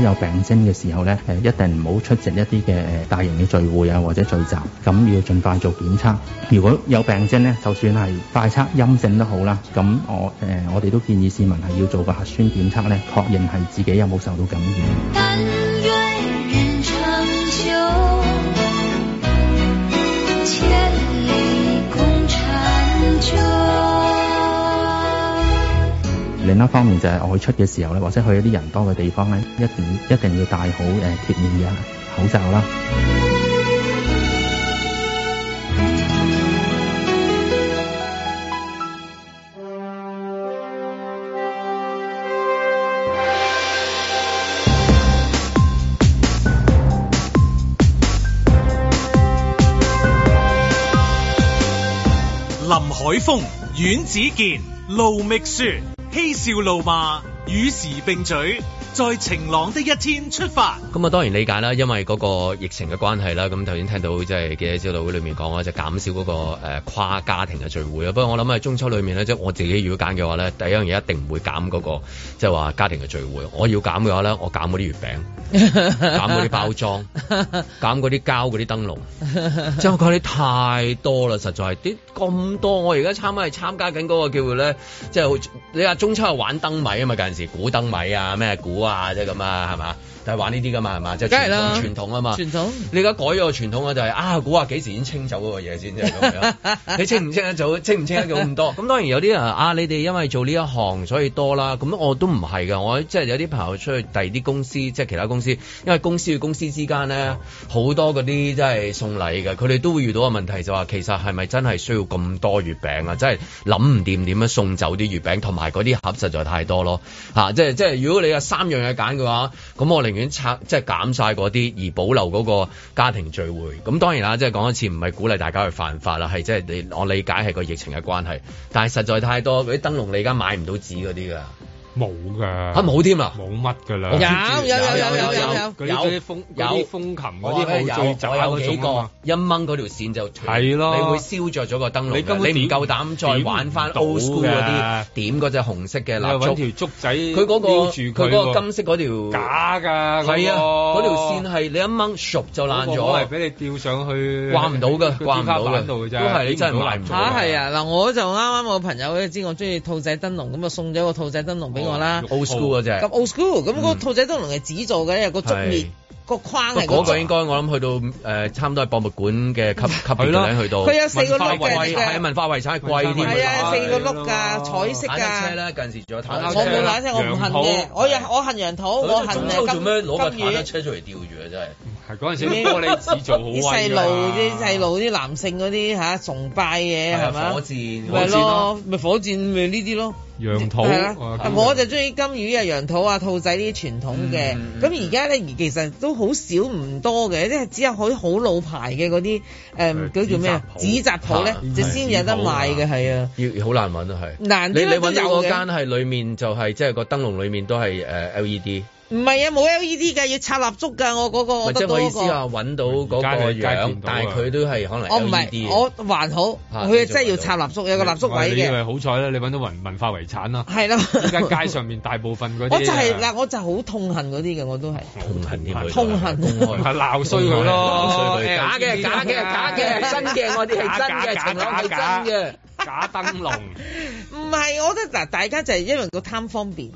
S13: 有病徵嘅時候咧，誒一定唔好出席一啲嘅誒大型嘅聚會啊或者聚集，咁要盡快做檢測。如果有病徵咧，就算係快測陰性都好啦，咁我誒、呃我哋都建議市民係要做個核酸檢測咧，確認係自己有冇受到感染。
S12: 但願人長久，千里共嬋娟。
S13: 另一方面就係外出嘅時候咧，或者去一啲人多嘅地方咧，一定一定要戴好誒、呃、貼面嘅口罩啦。
S1: 林海峰、阮子健、盧覓雪，嬉笑怒罵，與時並舉，在晴朗的一天出發。
S2: 咁啊，當然理解啦，因為嗰個疫情嘅關係啦。咁頭先聽到即係記者招待會裏面講啦，就減少嗰、個、呃、跨家庭嘅聚會啊啦。不過我諗喺中秋裏面咧，即係我自己如果揀嘅話咧，第一樣嘢一定唔會減嗰、個即係話家庭嘅聚會。我要減嘅話咧，我減嗰啲月餅，減嗰
S7: [laughs]
S2: 啲包
S4: [laughs]
S2: 裝，減嗰啲膠嗰啲燈籠。即係我覺得太多啦，實在係啲咁多。我而家參加係參加緊嗰個叫做咧，即係好似你話中秋係玩燈謎啊嘛，有陣時估燈謎啊，咩估啊，即係咁啊，係嘛？就係玩呢啲噶嘛，係嘛？即係
S4: 梗係
S2: 傳
S4: 啦
S2: 統傳統啊嘛。
S4: 傳統
S2: 你而家改咗個傳統啊，就係啊估下幾時已經清走嗰個嘢先即係咁樣。你清唔清得早？清唔清得早咁多？咁當然有啲人啊，你哋因為做呢一行所以多啦。咁我都唔係㗎，我即係有啲朋友出去第二啲公司，即係其他公司，因為公司與公司之間咧好多嗰啲即係送禮嘅，佢哋都會遇到個問題就話其實係咪真係需要咁多月餅啊？真係諗唔掂點樣送走啲月餅，同埋嗰啲盒實在太多咯嚇、啊即係即係如果你有三樣嘢揀嘅話，咁我寧願拆即係減晒嗰啲，而保留嗰個家庭聚會。咁當然啦，即係講一次唔係鼓勵大家去犯法啦，係即係你我理解係個疫情嘅關係，但係實在太多嗰啲燈籠你而家買唔到紙嗰啲㗎。
S7: 啊冇㗎，
S2: 嚇冇添啊，
S7: 冇乜㗎啦。
S2: 我知
S7: 嗰啲嗰啲風嗰啲風琴嗰
S2: 我咧
S7: 啲好
S2: 有
S7: 最渣
S2: 我有
S7: 嗰
S2: 幾個
S7: 種啊嘛。
S2: 一掹嗰條線就斷，
S7: 係咯
S2: 你會燒着咗個燈
S7: 你
S2: 籠
S7: 根本
S2: 㗎，你
S7: 點
S2: 唔夠膽再玩翻
S7: 點唔
S2: old school
S7: 到
S2: 嗰
S7: 㗎
S2: 啲點嗰隻紅色嘅
S7: 你
S2: 蠟
S7: 係揾
S2: 燭，
S7: 條竹仔，
S2: 佢嗰個佢嗰個金色嗰條
S7: 假㗎，
S2: 係啊，嗰條線
S7: 係
S2: 係你一掹熟就爛
S7: 我係
S2: 咗，
S7: 俾你吊上去，
S2: 掛唔到㗎
S7: 個
S2: 掛
S7: 天花
S2: 唔到
S7: 板
S2: 㗎
S7: 度㗎
S2: 都
S7: 啫，
S2: 係你真係
S7: 點唔到
S2: 買
S7: 蠟燭
S2: 唔
S7: 㗎
S2: 到
S4: 嚇係啊！嗱，我就啱啱我朋友咧知我中意兔仔燈籠，咁啊送咗個兔仔燈籠俾我啦。
S2: 哦 old school 嗰隻
S4: 咁 old school，咁嗰個兔仔燈籠係紙做嘅，有個竹
S2: 係
S4: 篾，個框
S2: 不
S4: 係
S2: 過嗰個
S4: 竹
S2: 應該我諗去到誒、呃差唔多係博物館嘅級級別
S7: 咯
S2: 咧，去到
S4: 佢有四個
S2: 文化
S4: 轆嘅
S2: 遺產
S4: 呢個
S2: 係文化遺產係貴添㗎，
S4: 係啊，四個
S2: 係
S4: 碌㗎，彩色
S2: 坦克車
S4: 㗎。
S2: 啦，近時仲有坦克
S4: 我
S2: 車
S4: 冇
S2: 啦
S4: 坦克車，我唔恨嘅
S2: 羊，肚
S4: 我又我恨羊肚，我恨
S2: 中
S4: 誒
S2: 秋
S4: 金
S2: 做咩攞個
S4: 金
S2: 坦克
S4: 魚。
S2: 車出嚟吊住啊！真係。
S7: 係嗰陣時啲玻璃紙做好威
S4: [laughs] 啲
S7: 㗎
S4: 細路啲細路啲男性嗰啲嚇崇拜嘅
S2: 係啊
S4: 係咪？
S2: 火箭
S4: 咪
S2: 火箭
S4: 咯
S2: 咯，
S4: 咪火箭咪呢啲咯。
S7: 羊肚
S4: 係啦
S7: 啊
S4: 但我就中意金魚啊、羊肚啊、兔仔呢啲傳統嘅。
S2: 嗯
S4: 咁而家咧，而其實都好少唔多嘅，即係只有好好老牌嘅嗰啲誒，嗰叫咩啊？紙紮鋪咧，就先有得賣嘅，係啊。
S2: 要好難揾啊，係
S4: 難啲
S2: 你你
S4: 都
S2: 揾到嗰
S4: 有嘅
S2: 間係裡面就係即係個燈籠裡面都係誒 LED，
S4: 唔係啊，冇 LED 㗎，要插蠟燭㗎。我嗰個
S2: 或
S4: 我
S2: 者
S4: 得到
S2: 我意
S4: 嗰
S2: 思啊，
S4: 個。
S2: 揾到嗰個
S7: 而家你街
S2: 樣
S7: 見，到啊
S2: 但係佢都係可能 E
S4: 我唔
S7: E
S2: LED 嘅。
S4: 係，我還好，
S2: 啊
S4: 佢真係要插蠟燭，有個蠟燭
S7: 哇
S4: 位
S7: 你以
S4: 嘅。
S7: 為好彩啦，你揾到文文化遺產
S4: [laughs]
S7: 啦。
S4: 係啦
S7: 依家街上面大部分嗰啲，啊
S4: 我就係嗱，我就好痛恨嗰啲嘅，我都係。
S2: 痛恨添佢
S4: 痛恨
S2: 公開
S7: 係啊鬧衰佢咯
S2: 鬧衰佢
S7: 假嘅假嘅假
S4: [laughs]
S7: 嘅真嘅我哋係真嘅
S4: 假
S7: 晴朗係真
S4: 嘅，
S7: 假燈籠。
S4: 唔係，我覺得嗱，大家就係因為個貪方便。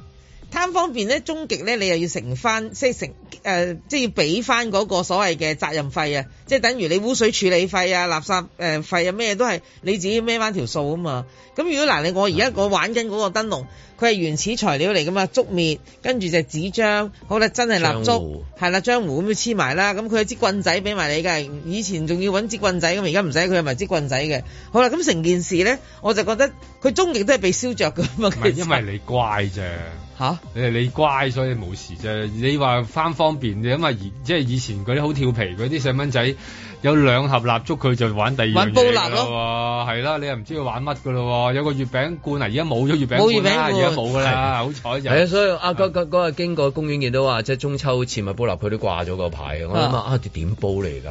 S4: 貪方便咧，終極咧，你又要承翻，即係承誒、呃即係要俾翻嗰個所謂嘅責任費啊！即係等於你污水處理費啊、垃圾誒費啊，咩都係你自己孭翻條數啊嘛。咁如果嗱，你我而家我玩緊嗰個燈籠，佢係原始材料嚟噶嘛，竹篾跟住就紙張，好啦，真係蠟
S2: 漿
S4: 燭
S2: 糊，
S4: 係啦，漿糊咁樣黐埋啦。咁佢有支棍仔俾埋你㗎，以前仲要揾支棍仔咁，而家唔使，佢有埋支棍仔嘅。好啦，咁成件事咧，我就覺得佢終極都係被燒着㗎嘛。
S7: 唔
S4: 其
S7: 係
S4: 實
S7: 因為你乖啫。
S4: 吓？
S7: 你你乖，所以冇事啫。你話翻方便啫，因為而即係以前嗰啲好調皮嗰啲細蚊仔，有兩盒蠟燭佢就玩第二樣
S4: 玩煲
S7: 嘢
S4: 蠟
S7: 㗎咯喎，係啦，你又唔知佢玩乜㗎咯喎。有個月餅罐啊，而家冇咗月
S2: 冇月
S7: 餅罐啦，啊
S2: 餅
S7: 而
S2: 罐
S7: 家冇㗎啦，好彩就
S2: 係啊，所以啊，嗰嗰嗰日經過公園見到話，即係中秋切勿煲蠟，佢都掛咗個牌嘅。我諗啊，啊點煲嚟㗎？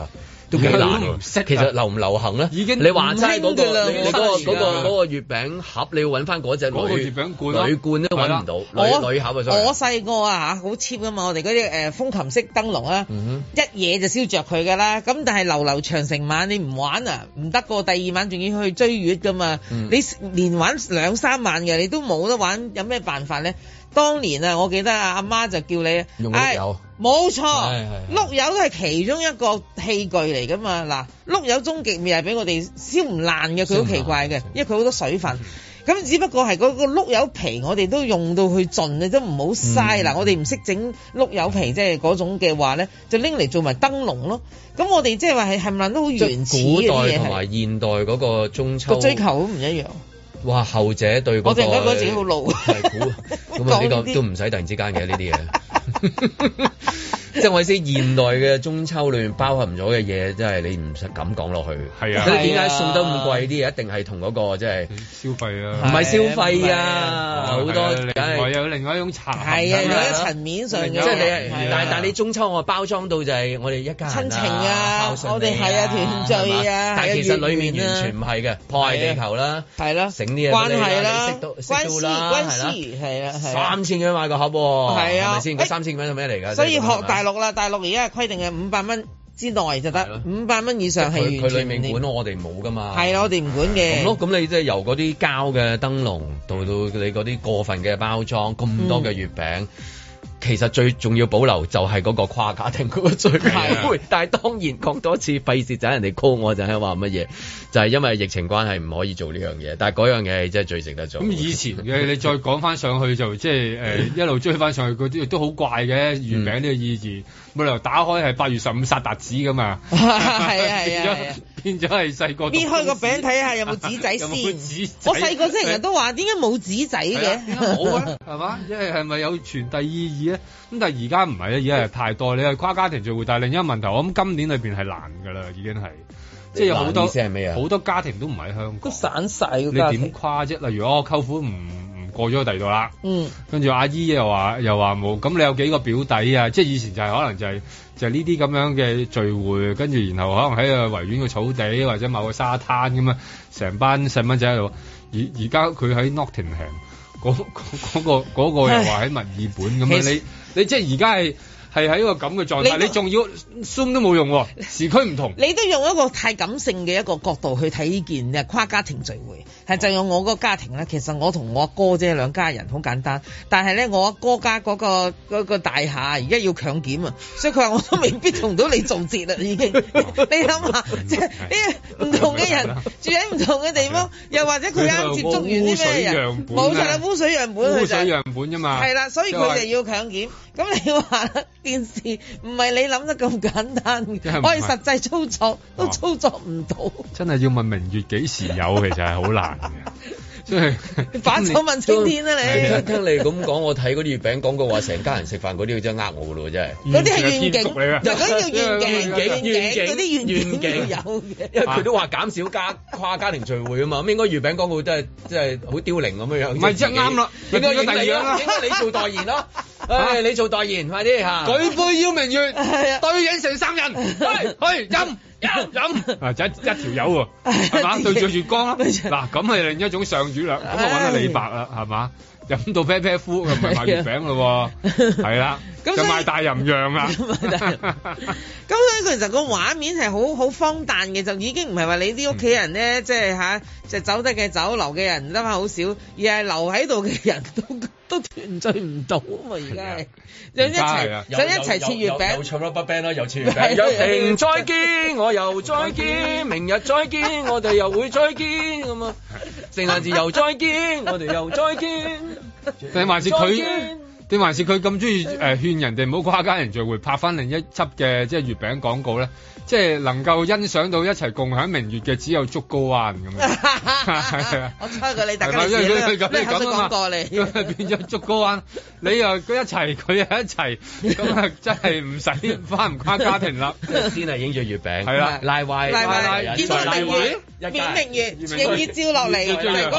S2: 都幾難
S7: 唔
S2: 喎。其實流唔流行咧？已
S7: 經
S2: 你話齋嗰
S7: 唔興㗎啦
S2: 個，你你嗰個
S7: 冇生意
S2: 嗰個
S7: 啦
S2: 嗰個月餅盒，你要揾翻嗰只女
S7: 嗰個月餅罐咯
S2: 女罐都揾唔到，女女盒啊，sorry，
S4: 我細個啊嚇，好 cheap 噶嘛，我哋嗰啲誒風琴式燈籠啊，
S2: 嗯
S4: 一嘢就燒着佢噶啦。咁但係流流長成晚你唔玩啊，唔得個。第二晚仲要去追月噶嘛，
S2: 嗯
S4: 你連玩兩三晚嘅，你都冇得玩，有咩辦法咧？當年啊，我記得啊，阿媽就叫你
S2: 用碌
S4: 唉
S2: 柚
S4: 冇錯
S2: 係係，
S4: 碌柚都係其中一個器具嚟噶嘛。嗱，碌柚終極咪係俾我哋燒唔爛嘅，佢好奇怪嘅，因為佢好多水分。咁只不過係嗰個碌柚皮，我哋都用到去盡，你都唔好嘥
S2: 嗯
S4: 嗱。我哋唔識整碌柚皮，即係嗰種嘅話咧，就拎嚟做埋燈籠咯。咁我哋即係話係冚唪唥都好
S2: 即係
S4: 原始
S2: 古
S4: 嘅啲
S2: 代
S4: 嘢
S2: 同
S4: 係，
S2: 埋現代嗰個中秋
S4: 個追求好唔一樣。
S2: 哇，後者對嗰、個
S4: 我突然間覺得自己好老
S2: 係估咁啊，
S4: [laughs]
S2: 呢
S4: 講呢
S2: 個
S4: 啲
S2: 都唔使突然之間嘅呢啲嘢。 [laughs] 即係我意思，現代嘅中秋裏面包含咗嘅嘢，真係你唔使咁講落去。係
S7: 啊
S2: 點解送得咁貴啲？一定係同嗰個即係
S7: 消費啊
S2: 唔係消費啊，好多梗
S7: 我
S2: 係。
S7: 有另外一種茶
S4: 係啊，有一層面上嘅
S2: 即係你係
S4: 啊係啊，
S2: 但但你中秋我包裝到就係我哋一家人
S4: 親情
S2: 孝
S4: 啊
S2: 順你
S4: 我哋係啊團聚
S2: 係
S4: 啊
S2: 嘛但
S4: 係啊
S2: 其實裡面
S4: 月圓啊
S2: 完全唔係嘅，破壞地球啦，
S4: 係啦，
S2: 整啲嘢
S4: 關
S2: 俾你
S4: 係
S2: 你
S4: 啦
S2: 識，到
S4: 關
S2: 識
S4: 係
S2: 到啦，
S4: 關
S2: 係啦
S4: 係係啦， [laughs] 係啦
S2: 三千幾買個盒喎，
S4: 係啊
S2: 係咪先？嗰三千幾蚊係咩嚟㗎？
S4: 所以
S2: 即係咁啊
S4: 學大陸啦，大陸而家係規定係五百蚊之內就得，五百蚊以上
S2: 係咪佢
S4: 係完
S2: 佢裡
S4: 全
S2: 面
S4: 唔
S2: 管我哋冇㗎嘛。
S4: 係啦，我啊哋唔管
S2: 咁 [laughs]
S4: 嘅。
S2: 咯，咁你即係由嗰啲膠嘅燈籠到到你嗰啲過分嘅包裝，咁多嘅月
S4: 嗯
S2: 餅。其實最重要保留就係嗰個跨家庭嗰個聚
S4: 啊
S2: 會，但係當然講多次費事就人哋 call 我就係話乜嘢，就係因為疫情關係唔可以做呢樣嘢，但係嗰樣嘢係真係最值得做。
S7: 咁以前嘅你再講翻上去就即係誒一路追翻上去嗰啲都好怪嘅月餅呢個意義，冇理由打開係八月十五殺達子噶嘛，[laughs]
S4: 係啊係啊係啊，
S7: 變咗係細 [laughs] 個
S4: 搣開個餅睇下有冇紙
S7: [laughs]
S4: 仔
S7: 有
S4: 先。
S7: 冇紙仔
S4: 我細個成日都話點解冇紙仔
S7: 係啊點
S4: 嘅？
S7: 解冇啊，係嘛？即係係咪有傳遞意義咧？咁但係而家唔係啊咧，而家係太多你係跨家庭聚會，但係另一個問題，我諗今年裏邊係難㗎啦，已經係即係有好
S2: 難
S7: 多
S2: 意思係咩啊
S7: 好多家庭都唔喺香港，
S4: 都散晒
S7: 你點跨啫？例如我舅父唔唔過咗去第二度啦。
S4: [laughs] 嗯，
S7: 跟住阿姨又話又話冇，咁你有幾個表弟啊？即係以前就係可能就係、就係呢啲咁樣嘅聚會，跟住然後可能喺個維園個草地或者某個沙灘咁啊，成班細蚊仔喺度。而而家佢喺 Nottingham，嗰嗰嗰個嗰個又話喺墨爾本咁
S4: 其
S7: 樣，
S4: 實
S7: 你你即係而家係係喺一個咁嘅狀態，
S4: 你
S7: 你仲要 Zoom 都冇用喎，時區唔同。
S4: 你都用一個太感性嘅一個角度去睇呢件嘅跨家庭聚會，係就用我個家庭咧。其實我同我阿哥啫，兩家人好簡單。但係咧，我阿哥家嗰、個嗰個大廈而家要強檢啊，所以佢話我都未必同到你做節啦，
S7: [laughs]
S4: 已經。你諗下，即係呢唔同
S7: [laughs]
S4: 嘅人住喺唔同嘅地方，又或者佢啱接觸完啲咩人，冇
S7: 啊污水樣本啊
S4: 錯啦，污水樣本佢
S7: 污
S4: 就
S7: 水
S4: 係
S7: 樣本啫嘛。
S4: 係啦，所以佢就要強檢。咁你話啦件事唔係你諗得咁簡單
S7: 係
S4: 嘅，
S7: 唔係
S4: 我哋實際操作都操作唔到，
S7: 真係要問明月幾時有，其實係好難
S4: [laughs]
S7: 嘅，即係
S4: 反手問青天
S2: [laughs]
S4: 啦
S2: 聽
S4: 你。
S2: 聽你咁講，我睇嗰啲月餅廣告話成家人食飯嗰啲，真係呃我㗎咯，真係。
S4: 嗰啲係願景，
S2: 嚟㗎
S4: 嗱嗰啲叫願景，
S2: 願景
S4: 願景，嗰啲願
S2: 願景啊
S4: 景要有嘅。
S7: 啊
S2: 因為佢都話減少家 [laughs] 跨家庭聚會啊嘛，咁應該月餅廣告都係即係好凋零咁樣樣。
S7: 唔係
S2: 即係
S7: 即係啱啦
S2: 自己應該
S7: 咪變咗
S2: 影
S7: 第
S2: 你
S7: 二樣
S2: 啦
S7: 啦，啊
S2: 應該你做代
S7: [laughs]
S2: 言啦，唉，你做代言快啲嚇。
S7: 舉杯邀明月， [laughs]
S4: 係啊
S7: 對影成三人，去去飲飲飲，啊就一一條 [laughs] 友喎，係嘛？ [laughs] 對住月光啦，嗱咁係另一種上主啦，咁我揾到李白啦，係嘛？飲到啤啤呼，咁咪賣月餅 [laughs] 咯喎，係啦，
S4: 咁
S7: 就 [laughs]
S4: 所以
S7: 賣大吟釀
S4: [laughs]
S7: 啦，
S4: 咁所以其實個畫面係好 [laughs] 好荒誕嘅，就已經唔係話你啲屋企人
S7: 嗯
S4: 咧，即係吓，就走得嘅走，留嘅人得翻好少，而係留喺度嘅人 [laughs] 都都團聚唔到啊嘛！而家係想一
S7: 係啊
S4: 齊想一齊切月
S2: 又
S4: 餅，
S2: 唱 Rubber Band 啦，又切
S7: [laughs]
S4: 月餅
S2: 友情再見，我又再見，明日再見，我哋又會再見咁啊！聖誕節又再見，我哋又再見。
S7: [laughs] 定還是佢
S2: 再見？
S7: 定還是佢咁中意誒勸人哋唔好跨家人聚會，拍翻另一輯嘅即係月餅廣告咧，即係能夠欣賞到一齊共享明月嘅只有竹篙灣咁樣。係啊
S4: [laughs] 我猜過你大
S7: [laughs] 係
S4: 家
S7: 咪
S4: 歷
S7: 因為佢
S4: 史
S7: 佢
S4: 啦，
S7: 咁
S4: 咩
S7: 你咁
S4: 口水
S7: 啊
S4: 講
S7: 嘛
S4: 過，你。
S7: 咁咪 [laughs] 變咗竹篙灣，你又佢一齊，佢又一齊，咁
S4: [laughs]
S7: 啊真係唔使翻唔跨家庭啦。
S2: [laughs] 先係影住月餅，
S7: 係啦
S2: 拉歪
S4: 拉歪
S2: 人
S4: 見到
S2: 再拉
S4: 明
S2: 歪
S4: 月
S7: 一
S4: 免
S7: 家
S4: 疫
S7: 人
S4: 月亦要照落嚟，就係嗰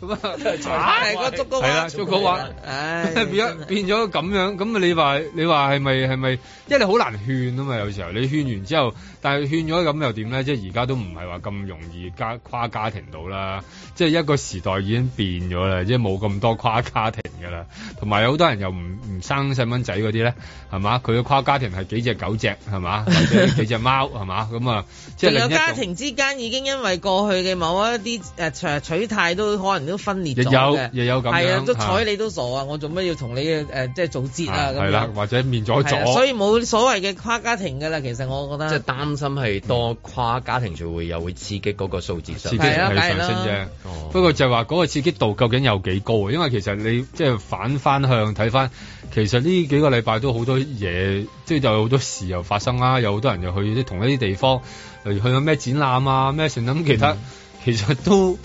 S4: 個就 [laughs] 係
S7: 啊
S4: 係嗰個竹篙
S7: 係啦，
S4: 灣，啊
S7: 竹篙灣，
S4: 唉，
S7: [laughs] 變咗變咗咁樣，咁你話你話係咪係咪？因為你好難勸啊嘛，有時候你勸完之後，但係勸咗咁又點咧？即係而家都唔係話咁容易家跨家庭到啦，即係一個時代已經變咗啦，即係冇咁多跨家庭㗎啦，同埋有好多人又唔唔生細蚊仔嗰啲咧，係嘛？佢嘅跨家庭係幾隻狗隻係嘛，或
S4: [laughs]
S7: 者幾隻貓係嘛？咁啊，即係
S4: 仲
S7: 另
S4: 有
S7: 一種
S4: 家庭之間已經因為過去嘅某一啲誒取態都可能都分裂咗嘅
S7: 亦有亦有咁樣
S4: 係啊，都
S7: 嚇
S4: 睬你都傻啊！我做咩要同你誒、呃即係做節啊咁
S7: 係啦
S4: 樣，？
S7: 或者面咗
S4: 係啊
S7: 咗，
S4: 所以冇所謂嘅跨家庭㗎啦。其實我覺
S2: 即係
S4: 得
S2: 擔心係多跨家庭聚會又會刺激嗰個數字上，
S7: 刺
S2: 哦
S7: 激係
S4: 啊
S7: 上升啫。不過就係話嗰個刺激度究竟有幾高啊？因為其實你即係反翻向睇翻，其實呢幾個禮拜都好多嘢，即係就有好多事又發生啦，有好多人又去啲同一啲地方，例如去咗咩展覽啊、咩成咁，其他、
S2: 嗯
S7: 其實都。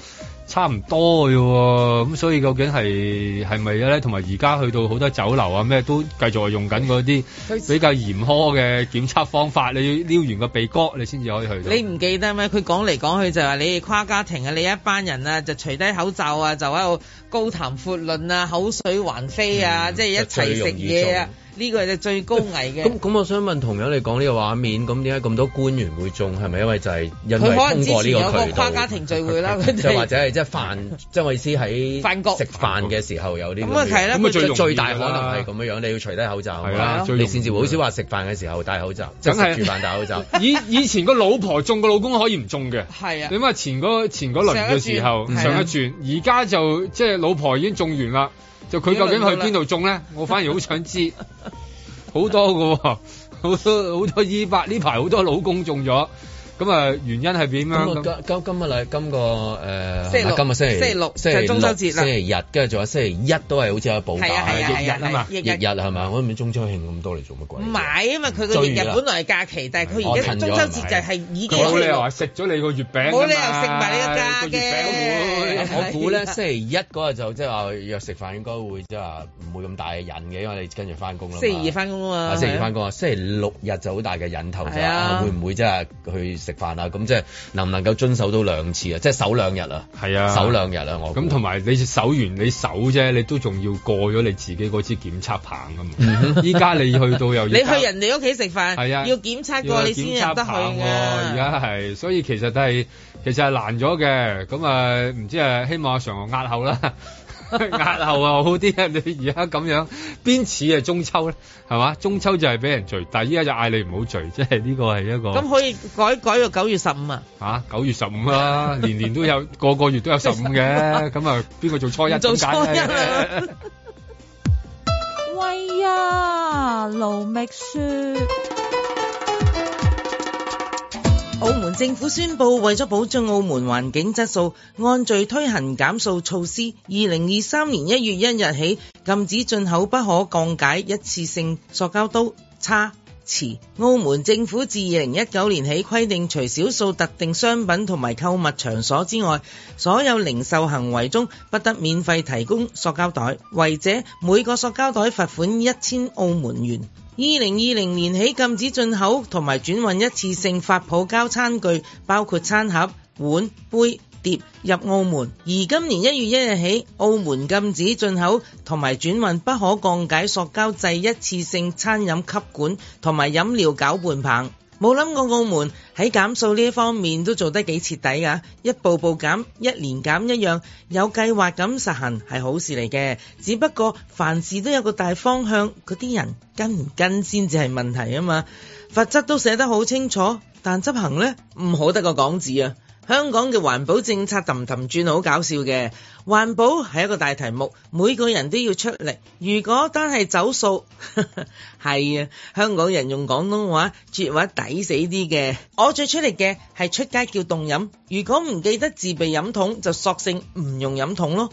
S7: 差唔多嘅喎，咁所以究竟係係咪咧？同埋而家去到好多酒樓啊咩都繼續係用緊嗰啲比較嚴苛嘅檢測方法，你要撩完個鼻哥你先至可以去到。
S4: 你唔記得咩？佢講嚟講去就係話你哋跨家庭啊，你一班人啊就除低口罩啊，就喺度高談闊論啊，口水橫飛啊，即係一齊食嘢啊，呢個係最高危嘅
S2: 咁。咁，我想問同樣你講呢個畫面，咁點解咁多官員會中？係咪因為就係因為
S4: 佢可能
S2: 通
S4: 之
S2: 過
S4: 前
S2: 呢
S4: 有
S2: 個
S4: 個
S2: 渠
S4: 跨
S2: 道？
S4: 家庭聚會啦，佢
S2: 就或
S4: 哋
S2: 者係即係飯，即係我意思喺
S4: 飯局
S2: 食飯嘅時候有啲
S4: 咁啊係啦咁啊最
S2: 最
S4: 容易
S2: 最大
S4: 㗎
S2: 可能
S4: 啦
S2: 係咁樣樣，你要除低口罩，
S7: 係啦最容易
S2: 你先至會好少話食飯嘅時候戴口罩，即
S7: 梗
S2: 係
S7: 係
S2: 食住飯戴口罩。
S7: [laughs] 以以前個老婆中，個老公可以唔中嘅。
S4: 係啊
S7: 你。諗下前嗰前嗰輪嘅時候，
S4: 上一轉啊
S7: 上一轉，而家就即係老婆已經中完啦，就佢究竟去邊度中咧？我反而好想知，好多嘅喎，好多好多依百呢排好多老公中咗，咁啊原因係點
S2: 咁
S7: 樣？
S2: 啊今今今個禮今個誒，
S4: 星期六
S2: 今日星期
S4: 星期六
S2: 星期
S4: 就係中秋節
S2: 星
S4: 啦
S2: 期日跟住仲有星期一都係好似有補
S4: 係啊係
S2: 假，
S4: 啊係啊係啊
S2: 翌
S4: 翌日
S2: 日係嘛？我唔知中秋慶咁多嚟做乜鬼
S4: 唔？係，因為佢個日日
S2: 追啦
S4: 本來係假期，但係佢
S2: 我
S4: 而
S2: 近
S4: 家
S2: 咗
S4: 中秋節就係已經
S7: 佢冇理由話啊食咗你個月餅㗎嘛，
S4: 冇理由食埋你個假
S7: 個月餅
S4: 嘅
S2: 我估咧星期一嗰日就即係話約食飯應該會即係話唔會咁大嘅癮嘅，因為你跟住翻工啦嘛。
S4: 星期二翻工啊
S2: 啊，
S4: 嘛，
S2: 星期二翻工啊，星期六日就好大嘅引頭就係
S4: 係啊
S2: 啊，會唔會即係去食飯啊？咁即係能唔能夠遵守到兩次啊？即係守兩日啊，
S7: 係啊，
S2: 守兩日啊，我估
S7: 咁同埋你守完你守啫，你都仲要過咗你自己嗰支檢測棒㗎嘛。依家你去到又要
S4: [laughs] 你去人哋屋企食飯，
S7: 係啊
S4: 要檢測過你先
S7: 要有
S4: 入得去
S7: 檢測棒喎而
S4: 㗎。
S7: 家係，所以其實都係其實係難咗嘅。咁啊，唔知啊，希望阿常壓後
S4: [laughs]
S7: 啦，壓後啊好啲啊！你而家咁樣邊似啊中秋咧，係嘛？中秋就係俾人聚，但係依家就嗌你唔好聚，即係呢個係一個
S4: 咁可以改改到九月十五啊？
S7: 嚇九、月十五啦，年年都有，個個月都有十五嘅。咁啊，邊個做初一？
S4: [laughs]
S7: 點
S4: 唔做
S7: 解咧
S4: 初一啊
S14: 喂呀，盧覓雪。
S4: 澳門政府宣布，為咗保障澳門環境質素，按序推行減數措施。二零二三年一月一日起，禁止進口不可降解一次性塑膠刀、叉、匙。澳門政府自二零一九年起規定，除少數特定商品同埋購物場所之外，所有零售行為中不得免費提供塑膠袋，違者每個塑膠袋罰款一千澳門元。二零二零年起禁止進口同埋轉運一次性發泡膠餐具，包括餐盒、碗、杯、碟入澳門。而今年一月一日起，澳門禁止進口同埋轉運不可降解塑膠製一次性餐飲吸管同埋飲料攪拌棒。冇諗過澳門喺減數呢一方面都做得幾徹底㗎，一步步減，一年減一樣，有計劃咁實行係好事嚟嘅。只不過凡事都有個大方向，嗰啲人跟唔跟先至係問題啊嘛。法則都寫得好清楚，但執行呢，唔好得個講字啊！香港嘅環保政策氹氹轉好搞笑嘅，環保係一個大題目，每個人都要出力。如果單係走數， [laughs] 係啊，香港人用廣東話説話抵死啲嘅。我最出力嘅係出街叫凍飲，如果唔記得自備飲筒，就索性唔用飲筒咯。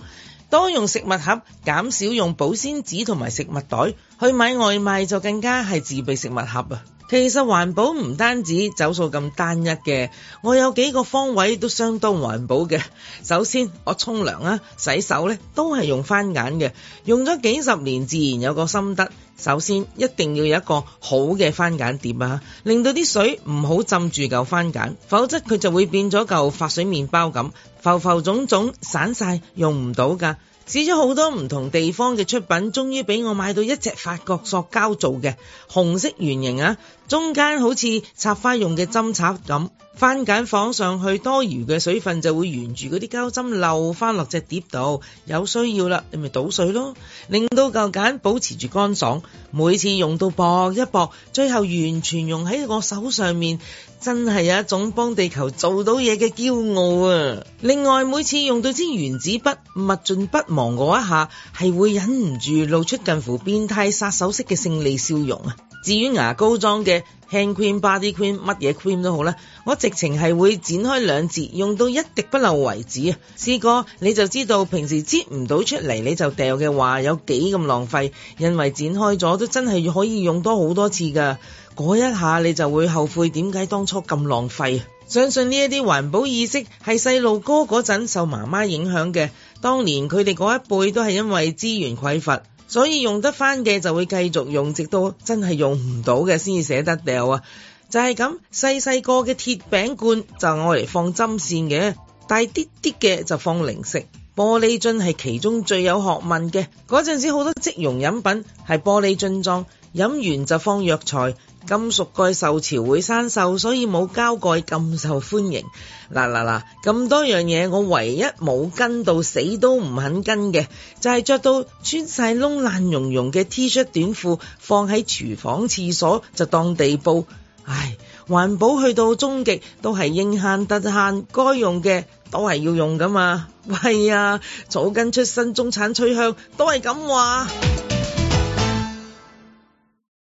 S4: 多用食物盒，減少用保鮮紙同埋食物袋。去買外賣就更加係自備食物盒啊！其實環保唔單止走數咁單一嘅，我有幾個方位都相當環保嘅。首先，我沖涼啊、洗手呢都係用番梘嘅，用咗幾十年，自然有個心得。首先，一定要有一個好嘅番梘碟啊，令到啲水唔好浸住嚿番梘，否則佢就會變咗嚿發水麵包咁，浮浮腫腫散晒，用唔到㗎。試咗好多唔同地方嘅出品，終於俾我買到一隻法國塑膠做嘅紅色圓形啊，中間好似插花用嘅針插咁，番梘放上去，多餘嘅水分就會沿住嗰啲膠針漏翻落隻碟度，有需要啦，你咪倒水咯，令到嚿梘保持住乾爽，每次用到薄一薄，最後完全用喺我手上面。真係有一種幫地球做到嘢嘅驕傲啊！另外，每次用到支原子筆，物盡不忘嗰一下，係會忍唔住露出近乎變態殺手式嘅勝利笑容啊！至於牙膏裝嘅 hand cream、body cream 乜嘢 cream 都好啦，我直情係會剪開兩截，用到一滴不漏為止啊！試過你就知道，平時擠唔到出嚟你就掉嘅話，有幾咁浪費，因為剪開咗都真係可以用多好多次㗎。嗰一下你就會後悔點解當初咁浪費。相信呢一啲環保意識係細路哥嗰陣受媽媽影響嘅，當年佢哋嗰一輩都係因為資源匱乏。所以用得翻嘅就會繼續用，直到真係用唔到嘅先至捨得掉啊！就係咁，細細個嘅鐵餅罐就愛嚟放針線嘅，大啲啲嘅就放零食。玻璃樽係其中最有學問嘅，嗰陣時好多即溶飲品係玻璃樽裝，飲完就放藥材。金屬蓋受潮會生鏽，所以冇膠蓋咁受歡迎。嗱嗱嗱，咁多樣嘢，我唯一冇跟到死都唔肯跟嘅，就係着到穿晒窿爛溶溶嘅 T 恤短褲，放喺廚房廁所就當地布。唉，環保去到終極都係應慳得慳，該用嘅都係要用㗎嘛。喂呀，草根出身中產趨向都係咁話。